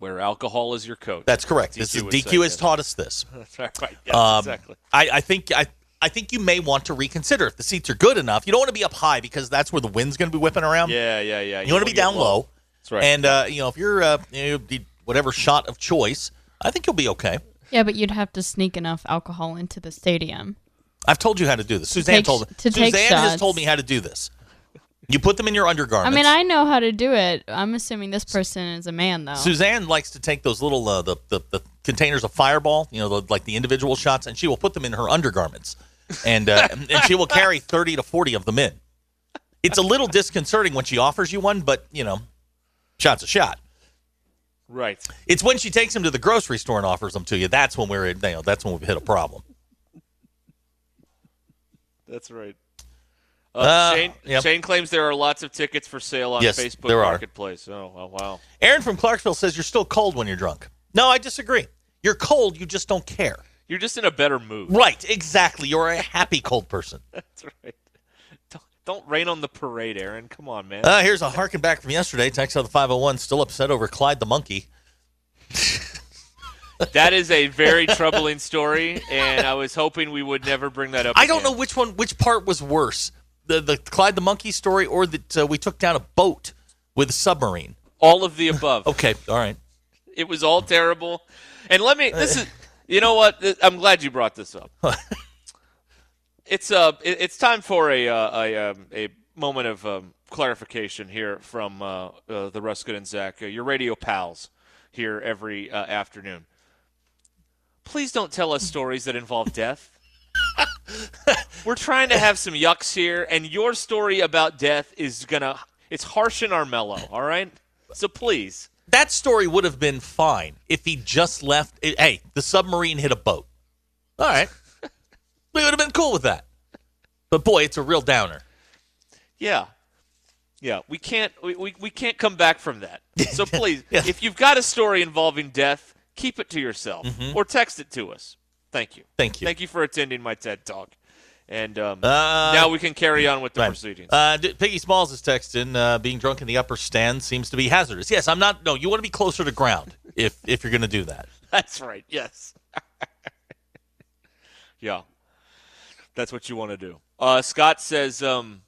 S3: Where alcohol is your coat.
S4: That's correct. This is
S3: would say
S4: DQ has
S3: that.
S4: taught us this.
S3: That's right. right. Yes,
S4: Um,
S3: exactly.
S4: I, I think I I think you may want to reconsider if the seats are good enough. You don't want to be up high because that's where the wind's going to be whipping around.
S3: Yeah, yeah, yeah.
S4: you want to be
S3: get
S4: down low.
S3: That's right.
S4: And uh, you know if you're uh, you know, the- whatever shot of choice, I think you'll be okay.
S10: Yeah, but you'd have to sneak enough alcohol into the stadium.
S4: I've told you how to do this. Suzanne
S10: take-
S4: told me.
S10: to
S4: Suzanne
S10: take
S4: has
S10: shots.
S4: told me how to do this. You put them in your undergarments.
S10: I mean, I know how to do it. I'm assuming this person is a man, though.
S4: Suzanne likes to take those little uh, the, the the containers of Fireball, you know, the, like the individual shots, and she will put them in her undergarments, and uh, and she will carry thirty to forty of them in. It's a little disconcerting when she offers you one, but you know, shot's a shot.
S3: Right.
S4: It's when she takes them to the grocery store and offers them to you. That's when we're you know, that's when we've hit a problem.
S3: That's right. Uh,
S4: Uh,
S3: Shane,
S4: yep.
S3: Shane claims there are lots of tickets for sale on
S4: Yes,
S3: Facebook
S4: there are.
S3: Marketplace. Oh, oh, wow.
S4: Aaron from Clarksville says you're still cold when you're drunk. No, I disagree. You're cold. You just don't care.
S3: You're just in a better mood.
S4: Right? Exactly. You're a happy cold person.
S3: That's right. Don't, don't rain on the parade, Aaron. Come on, man.
S4: Uh, here's a harken back from yesterday. Text out of the 501 still upset over Clyde the monkey.
S3: that is a very troubling story, and I was hoping we would never bring that up.
S4: I don't
S3: again.
S4: know which one, which part was worse, the the Clyde the monkey story, or that uh, we took down a boat with a submarine.
S3: All of the above.
S4: Okay, all right.
S3: It was all terrible. And let me. This is. You know what? Th- I'm glad you brought this up. it's uh, it- it's time for a uh, a, um, a moment of um, clarification here from uh, uh, the Ruskin and Zach, uh, your radio pals, here every uh, afternoon. Please don't tell us stories that involve death. We're trying to have some yucks here, and your story about death is gonna. It's harsh in our mellow. All right. So please.
S4: That story would have been fine if he just left. It, hey, the submarine hit a boat. All right, we would have been cool with that. But boy, it's a real downer.
S3: Yeah. Yeah, we can't we, we, we can't come back from that. So please, if you've got a story involving death, keep it to yourself or text it to us. Thank you.
S4: Mm-hmm. Thank you.
S3: Thank you for attending my TED Talk. And um,
S4: Uh,
S3: now we can carry on with the
S4: Right.
S3: proceedings.
S4: Uh, D- Piggy Smalls is texting. Uh, being drunk in the upper stand seems to be hazardous. Yes, I'm not. No, you want to be closer to ground if if you're going to do that.
S3: That's right. Yes. yeah. That's what you want to do. Uh, Scott says um,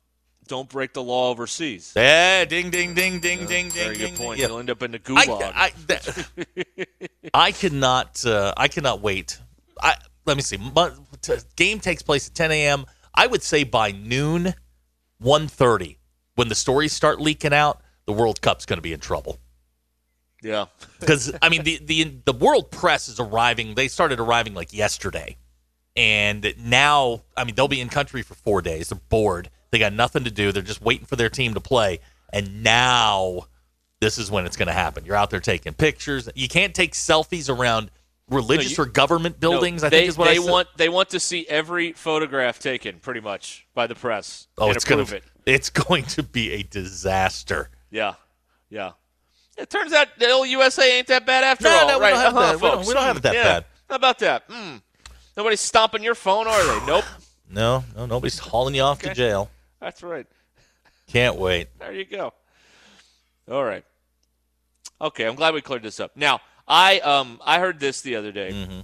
S3: don't break the law overseas.
S4: Yeah, ding, ding, ding, ding, ding,
S3: Very
S4: ding,
S3: good
S4: ding.
S3: point.
S4: Yeah.
S3: You'll end up in the
S4: I,
S3: gulag.
S4: I, that- I cannot. Uh, I cannot wait. I let me see. Mon- t- game takes place at 10 a.m. I would say by noon, 1:30, when the stories start leaking out, the World Cup's going to be in trouble.
S3: yeah.
S4: because I mean the the the world press is arriving. They started arriving like yesterday, and now I mean they'll be in country for four days. They're bored. They got nothing to do. They're just waiting for their team to play. And now this is when it's going to happen. You're out there taking pictures. You can't take selfies around religious
S3: you-
S4: or government
S3: No,
S4: buildings. I
S3: they,
S4: think is what
S3: they
S4: I said.
S3: want. They want to see every photograph taken, pretty much, by the press.
S4: Oh,
S3: and
S4: it's going
S3: approve
S4: to
S3: it.
S4: it's going to be a disaster.
S3: Yeah, yeah. It turns out the old USA ain't that bad after
S4: No,
S3: all,
S4: no, we
S3: right?
S4: don't have
S3: Uh-huh,
S4: that. We don't-
S3: folks.
S4: we don't have it that
S3: Yeah.
S4: bad.
S3: How about that? Mm. Nobody's stomping your phone, are they? Nope.
S4: No, no, nobody's hauling you off to
S3: Okay.
S4: jail.
S3: That's right.
S4: Can't wait.
S3: There you go. All right. Okay, I'm glad we cleared this up. Now, I um I heard this the other day,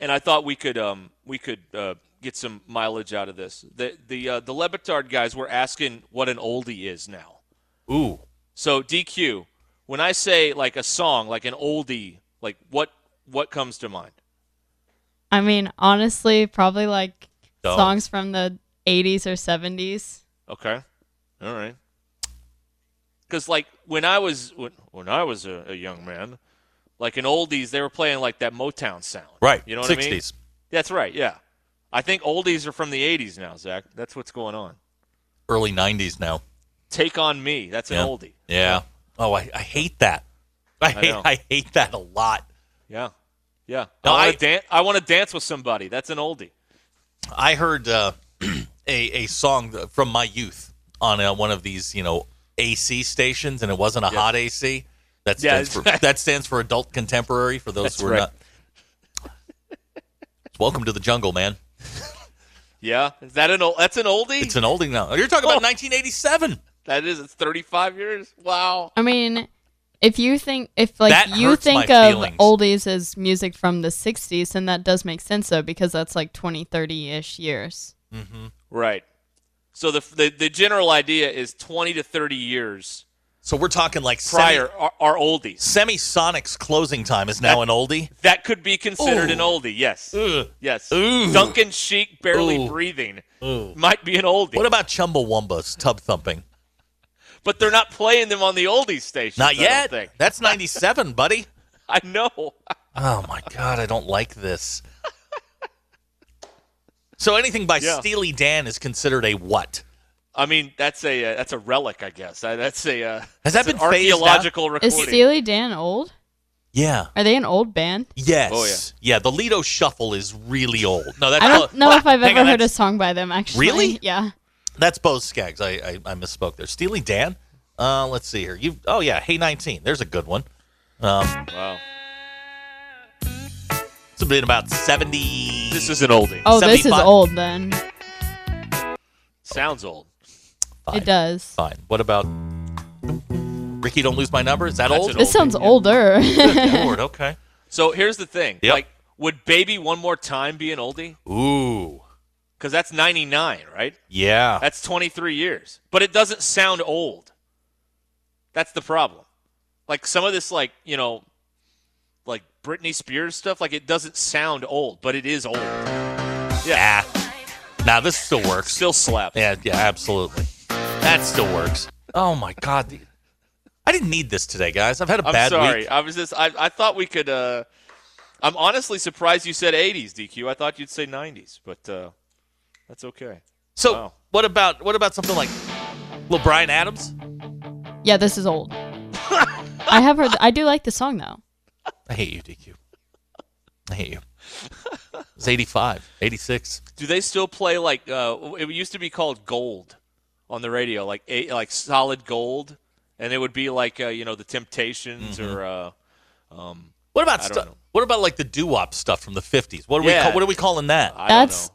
S3: and I thought we could um we could uh, get some mileage out of this. The the uh, the Lebetard guys were asking what an oldie is now.
S4: Ooh.
S3: So DQ, when I say like a song, like an oldie, like what what comes to mind?
S10: I mean, honestly, probably like
S4: Oh.
S3: Dumb.
S10: songs from the 80s or 70s.
S3: Okay. All right. Because like when I was when, when I was a, a young man, like in oldies they were playing like that Motown sound.
S4: Right.
S3: You know what I mean?
S4: 60s.
S3: That's right. Yeah. I think oldies are from the '80s now, Zach. That's what's going on.
S4: Early 90s now.
S3: Take on me. That's an
S4: yeah.
S3: oldie.
S4: Yeah. Oh, I, I hate that. I hate
S3: know.
S4: I, hate that a lot.
S3: Yeah. Yeah.
S4: No,
S3: I
S4: I-
S3: want to dance. I want to dance with somebody. That's an oldie.
S4: I heard uh, a a song th- from my youth on uh, one of these you know AC stations, and it wasn't a
S3: Yeah.
S4: hot AC. That
S3: Yeah,
S4: stands
S3: it's-
S4: for that stands for adult contemporary. For those
S3: That's
S4: who are
S3: right.
S4: not. Welcome to the jungle, man.
S3: Yeah. Is that an old? That's an oldie.
S4: It's an oldie now. You're
S3: Oh.
S4: talking about 1987.
S3: That is. It's 35 years. Wow.
S10: I mean, if you think if like
S4: That
S10: you
S4: hurts my
S10: think of
S4: feelings.
S10: oldies as music from the 60s, then that does make sense though because that's like 20, 30-ish years.
S4: Mm-hmm.
S3: Right. So the, the the general idea is 20 to 30 years
S4: So we're talking like
S3: prior are, are oldies.
S4: Semi, Semisonic's closing time is now
S3: That-
S4: an oldie.
S3: That could be considered an
S4: Ooh.
S3: oldie. Yes.
S4: Ugh.
S3: Yes.
S4: Ooh.
S3: Duncan Sheik barely
S4: Ooh.
S3: breathing
S4: Ooh.
S3: might be an oldie,
S4: What about Chumbawamba's tub thumping?
S3: but they're not playing them on the oldies station.
S4: Not
S3: I,
S4: yet.
S3: don't think.
S4: That's 97, buddy.
S3: I know.
S4: Oh my god, I don't like this. So anything by
S3: Yeah.
S4: Steely Dan is considered a what?
S3: I mean, that's a uh, that's a relic, I guess. Uh, that's a uh,
S4: Has that
S3: it's an
S4: been phased out?
S3: archaeological recording?
S10: Is Steely Dan old?
S4: Yeah.
S10: Are they an old band?
S4: Yes.
S3: Oh, yeah.
S4: yeah. The Lido Shuffle is really old. No, that's
S10: I don't
S4: Bo-
S10: know if I've
S4: Hang
S10: ever
S4: on,
S10: heard a
S4: that's-
S10: song by them actually.
S4: Really?
S10: Yeah.
S4: That's Bo Skaggs. I, I I misspoke there. Steely Dan. Uh, let's see here. You. Oh yeah. Hey 19. There's a good one. Um,
S3: wow.
S4: it's been about 70.
S3: This is an oldie.
S10: Oh, this is
S4: 75.
S10: old then.
S3: Sounds old.
S4: Fine.
S10: It does.
S4: Fine. What about Ricky? Don't lose my number. Is that
S3: That's
S4: old?
S3: an
S10: This sounds older.
S4: Good Lord. Okay.
S3: So here's the thing.
S4: Yep.
S3: Like, would "Baby One More Time" be an oldie?
S4: Ooh.
S3: Because that's 99, right?
S4: Yeah.
S3: That's 23 years. But it doesn't sound old. That's the problem. Like some of this like, you know, like Britney Spears stuff, like it doesn't sound old, but it is old. Yeah.
S4: Ah. Now this still works.
S3: Still slaps.
S4: Yeah, yeah, absolutely. That still works. Oh my god, the- I didn't need this today, guys. I've had a
S3: I'm
S4: bad
S3: sorry.
S4: week.
S3: I was just I, I thought we could uh I'm honestly surprised you said 80s, DQ. I thought you'd say 90s, but uh that's okay.
S4: So
S3: Wow.
S4: what about what about something like Little Brian Adams?
S10: yeah, this is old. I have heard. I do like the song though.
S4: I hate you, DQ. I hate you. It's 85, 86.
S3: Do they still play like uh, it used to be called gold on the radio, like a, like solid gold, and it would be like uh, you know the Temptations
S4: Mm-hmm.
S3: or uh, um,
S4: What about
S3: I don't
S4: stuff?
S3: know.
S4: What about like the doo wop stuff from the 50s? What are we
S3: Yeah.
S4: call, what are we calling that?
S3: I
S10: That's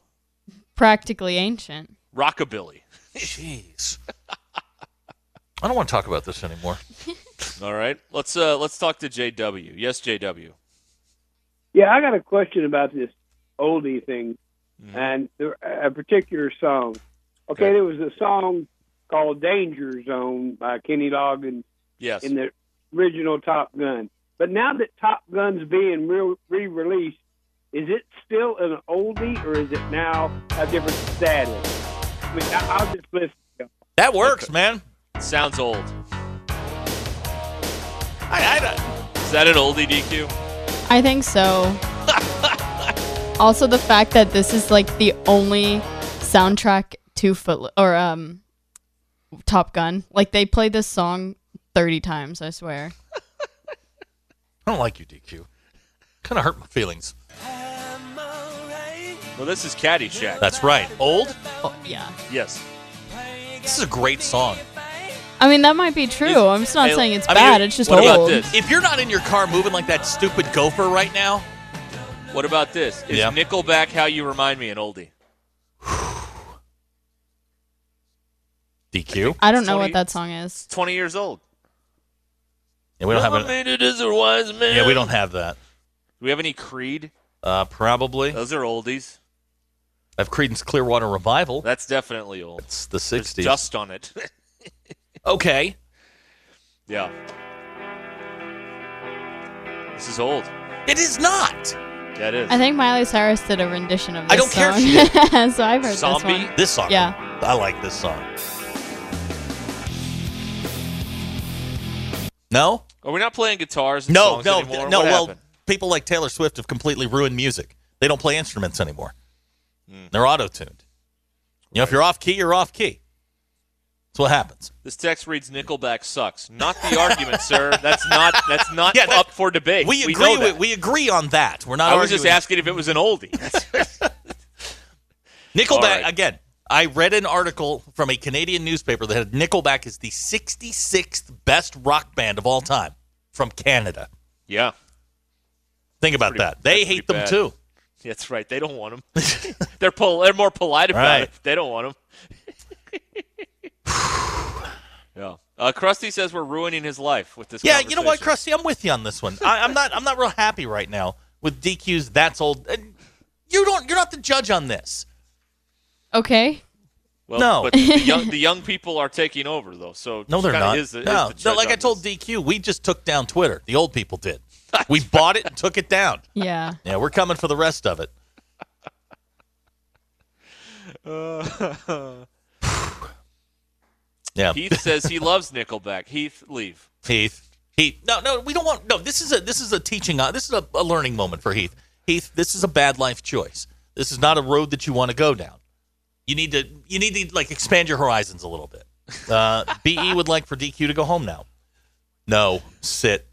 S10: practically ancient.
S3: don't know rockabilly.
S4: Jeez. I don't want to talk about this anymore.
S3: All right, let's uh, let's talk to JW. Yes, JW.
S5: Yeah, I got a question about this oldie thing and there, a particular song. Okay,
S3: Okay.
S5: there was a song called Danger Zone by Kenny Loggins
S3: Yes,
S5: in the original Top Gun. But now that Top Gun's being re released, is it still an oldie or is it now a different status? I mean, I- I'll just listen.
S4: That works, man.
S3: sounds old.
S4: I, I don't-
S3: Is that an oldie DQ?
S10: I think so. also, the fact that this is like the only soundtrack to Foot or um Top Gun, like they play this song thirty times. I swear.
S4: I don't like you, DQ. Kind of hurt my feelings.
S3: Well, this is Caddyshack.
S4: That's right. Old.
S10: Oh, yeah.
S3: Yes,
S4: This is a great song.
S10: I mean, that might be true. I'm just not
S4: Hey,
S10: saying it's
S4: I mean,
S10: bad. it's just
S4: what
S10: old.
S4: about this? If you're not in your car moving like that stupid gopher right now,
S3: What about this? Is
S4: Yeah.
S3: Nickelback how you remind me an oldie?
S4: DQ.
S10: I don't know
S3: 20
S10: what that song is.
S3: Twenty years old.
S4: Yeah, we don't have a,
S3: it. It is a wise man.
S4: Yeah, we don't have that.
S3: Do we have any Creed?
S4: Uh, probably. I
S3: Those are oldies.
S4: have Creedence Clearwater Revival.
S3: That's definitely old.
S4: It's the 60s.
S3: Dust on it.
S4: okay.
S3: yeah. This is old.
S4: It is not.
S3: That is.
S10: I think Miley Cyrus did a rendition of this
S4: I don't care if
S10: song.
S4: she
S10: so I've heard this
S4: Zombie.
S10: one.
S4: This song.
S10: Yeah.
S4: I like this song. No?
S3: Are we not playing guitars? And
S4: No,
S3: songs
S4: no,
S3: anymore?
S4: no.
S3: What
S4: well,
S3: happened?
S4: people like Taylor Swift have completely ruined music. They don't play instruments anymore.
S3: Hmm.
S4: They're auto tuned. You know, if you're off key, you're off key. That's what happens.
S3: This text reads Nickelback sucks. Not the argument, sir. That's not. That's not up for debate.
S4: We agree.
S3: know
S4: with,
S3: that.
S4: we agree on that. We're not.
S3: I was just
S4: arguing.
S3: asking if it was an oldie. All
S4: Nickelback
S3: right.
S4: again. I read an article from a Canadian newspaper that had Nickelback is the 66th best rock band of all time from Canada.
S3: yeah.
S4: Think about that. They hate them
S3: bad.
S4: too.
S3: That's right. They don't want them. they're pol- They're more polite about
S4: Right.
S3: it. They don't want them. yeah. Uh, Krusty says we're ruining his life with this.
S4: Yeah, you know what,
S3: conversation.
S4: Krusty, I'm with you on this one. I, I'm not. I'm not real happy right now with DQ's. That's old. And You don't. You're not the judge on this.
S10: Okay.
S3: Well,
S4: No.
S3: but the young, the young people are taking over though. So
S4: No, they're
S3: kinda
S4: not.
S3: Is the, is
S4: no,
S3: the
S4: no.
S3: judge
S4: Like
S3: on
S4: I told DQ, we just took down Twitter. The old people did. We bought it and took it down.
S10: Yeah.
S4: Yeah, we're coming for the rest of it.
S3: Uh,
S4: Yeah.
S3: Heath says he loves Nickelback. Heath, leave.
S4: Heath. Heath. No, no, we don't want. No, this is a this is a teaching. Uh, this is a, a learning moment for Heath. Heath, this is a bad life choice. This is not a road that you want to go down. You need to you need to like expand your horizons a little bit. Uh, Be would like for DQ to go home now. No, sit.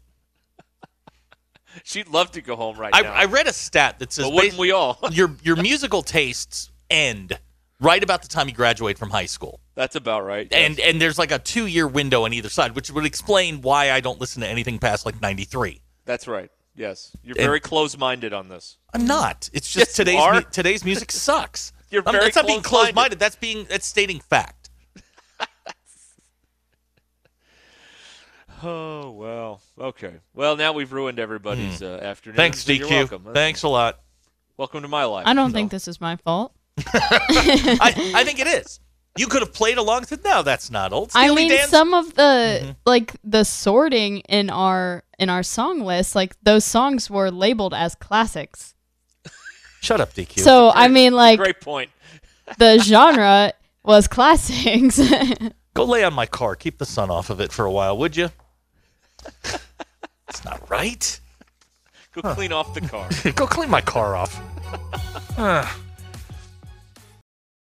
S3: She'd love to go home right
S4: I,
S3: now.
S4: I read a stat that says
S3: But wouldn't
S4: basi-
S3: we all?
S4: your your musical tastes end right about the time you graduate from high school.
S3: That's about right.
S4: and and there's like a two year window on either side, which would explain why I don't listen to anything past like ninety three.
S3: That's right. Yes, you're
S4: And-
S3: very close-minded on this.
S4: I'm not. It's
S3: Yes,
S4: just
S3: you
S4: today's
S3: are.
S4: mu- today's music sucks.
S3: You're
S4: I'm-
S3: very
S4: that's not being
S3: close-minded.
S4: closed minded. That's being that's stating fact.
S3: Oh well. Okay. Well, now we've ruined everybody's uh, afternoon.
S4: Hmm. Thanks,
S3: so You're
S4: DQ.
S3: welcome. That's-
S4: Thanks a lot.
S3: Welcome to my life.
S10: I don't
S3: So-
S10: think this is my fault.
S4: I, I think it is. You could have played along and said, no, that's not old.
S10: I
S4: Steely
S10: mean,
S4: Dan's-
S10: some of the like the sorting in our in our song list, like those songs were labeled as classics.
S4: Shut up, DQ.
S10: So Oh, I mean, like
S3: Great point.
S10: the genre was classics.
S4: go lay on my car. Keep the sun off of it for a while, would you? It's not right.
S3: Go clean off the car.
S4: go clean my car off. Ugh.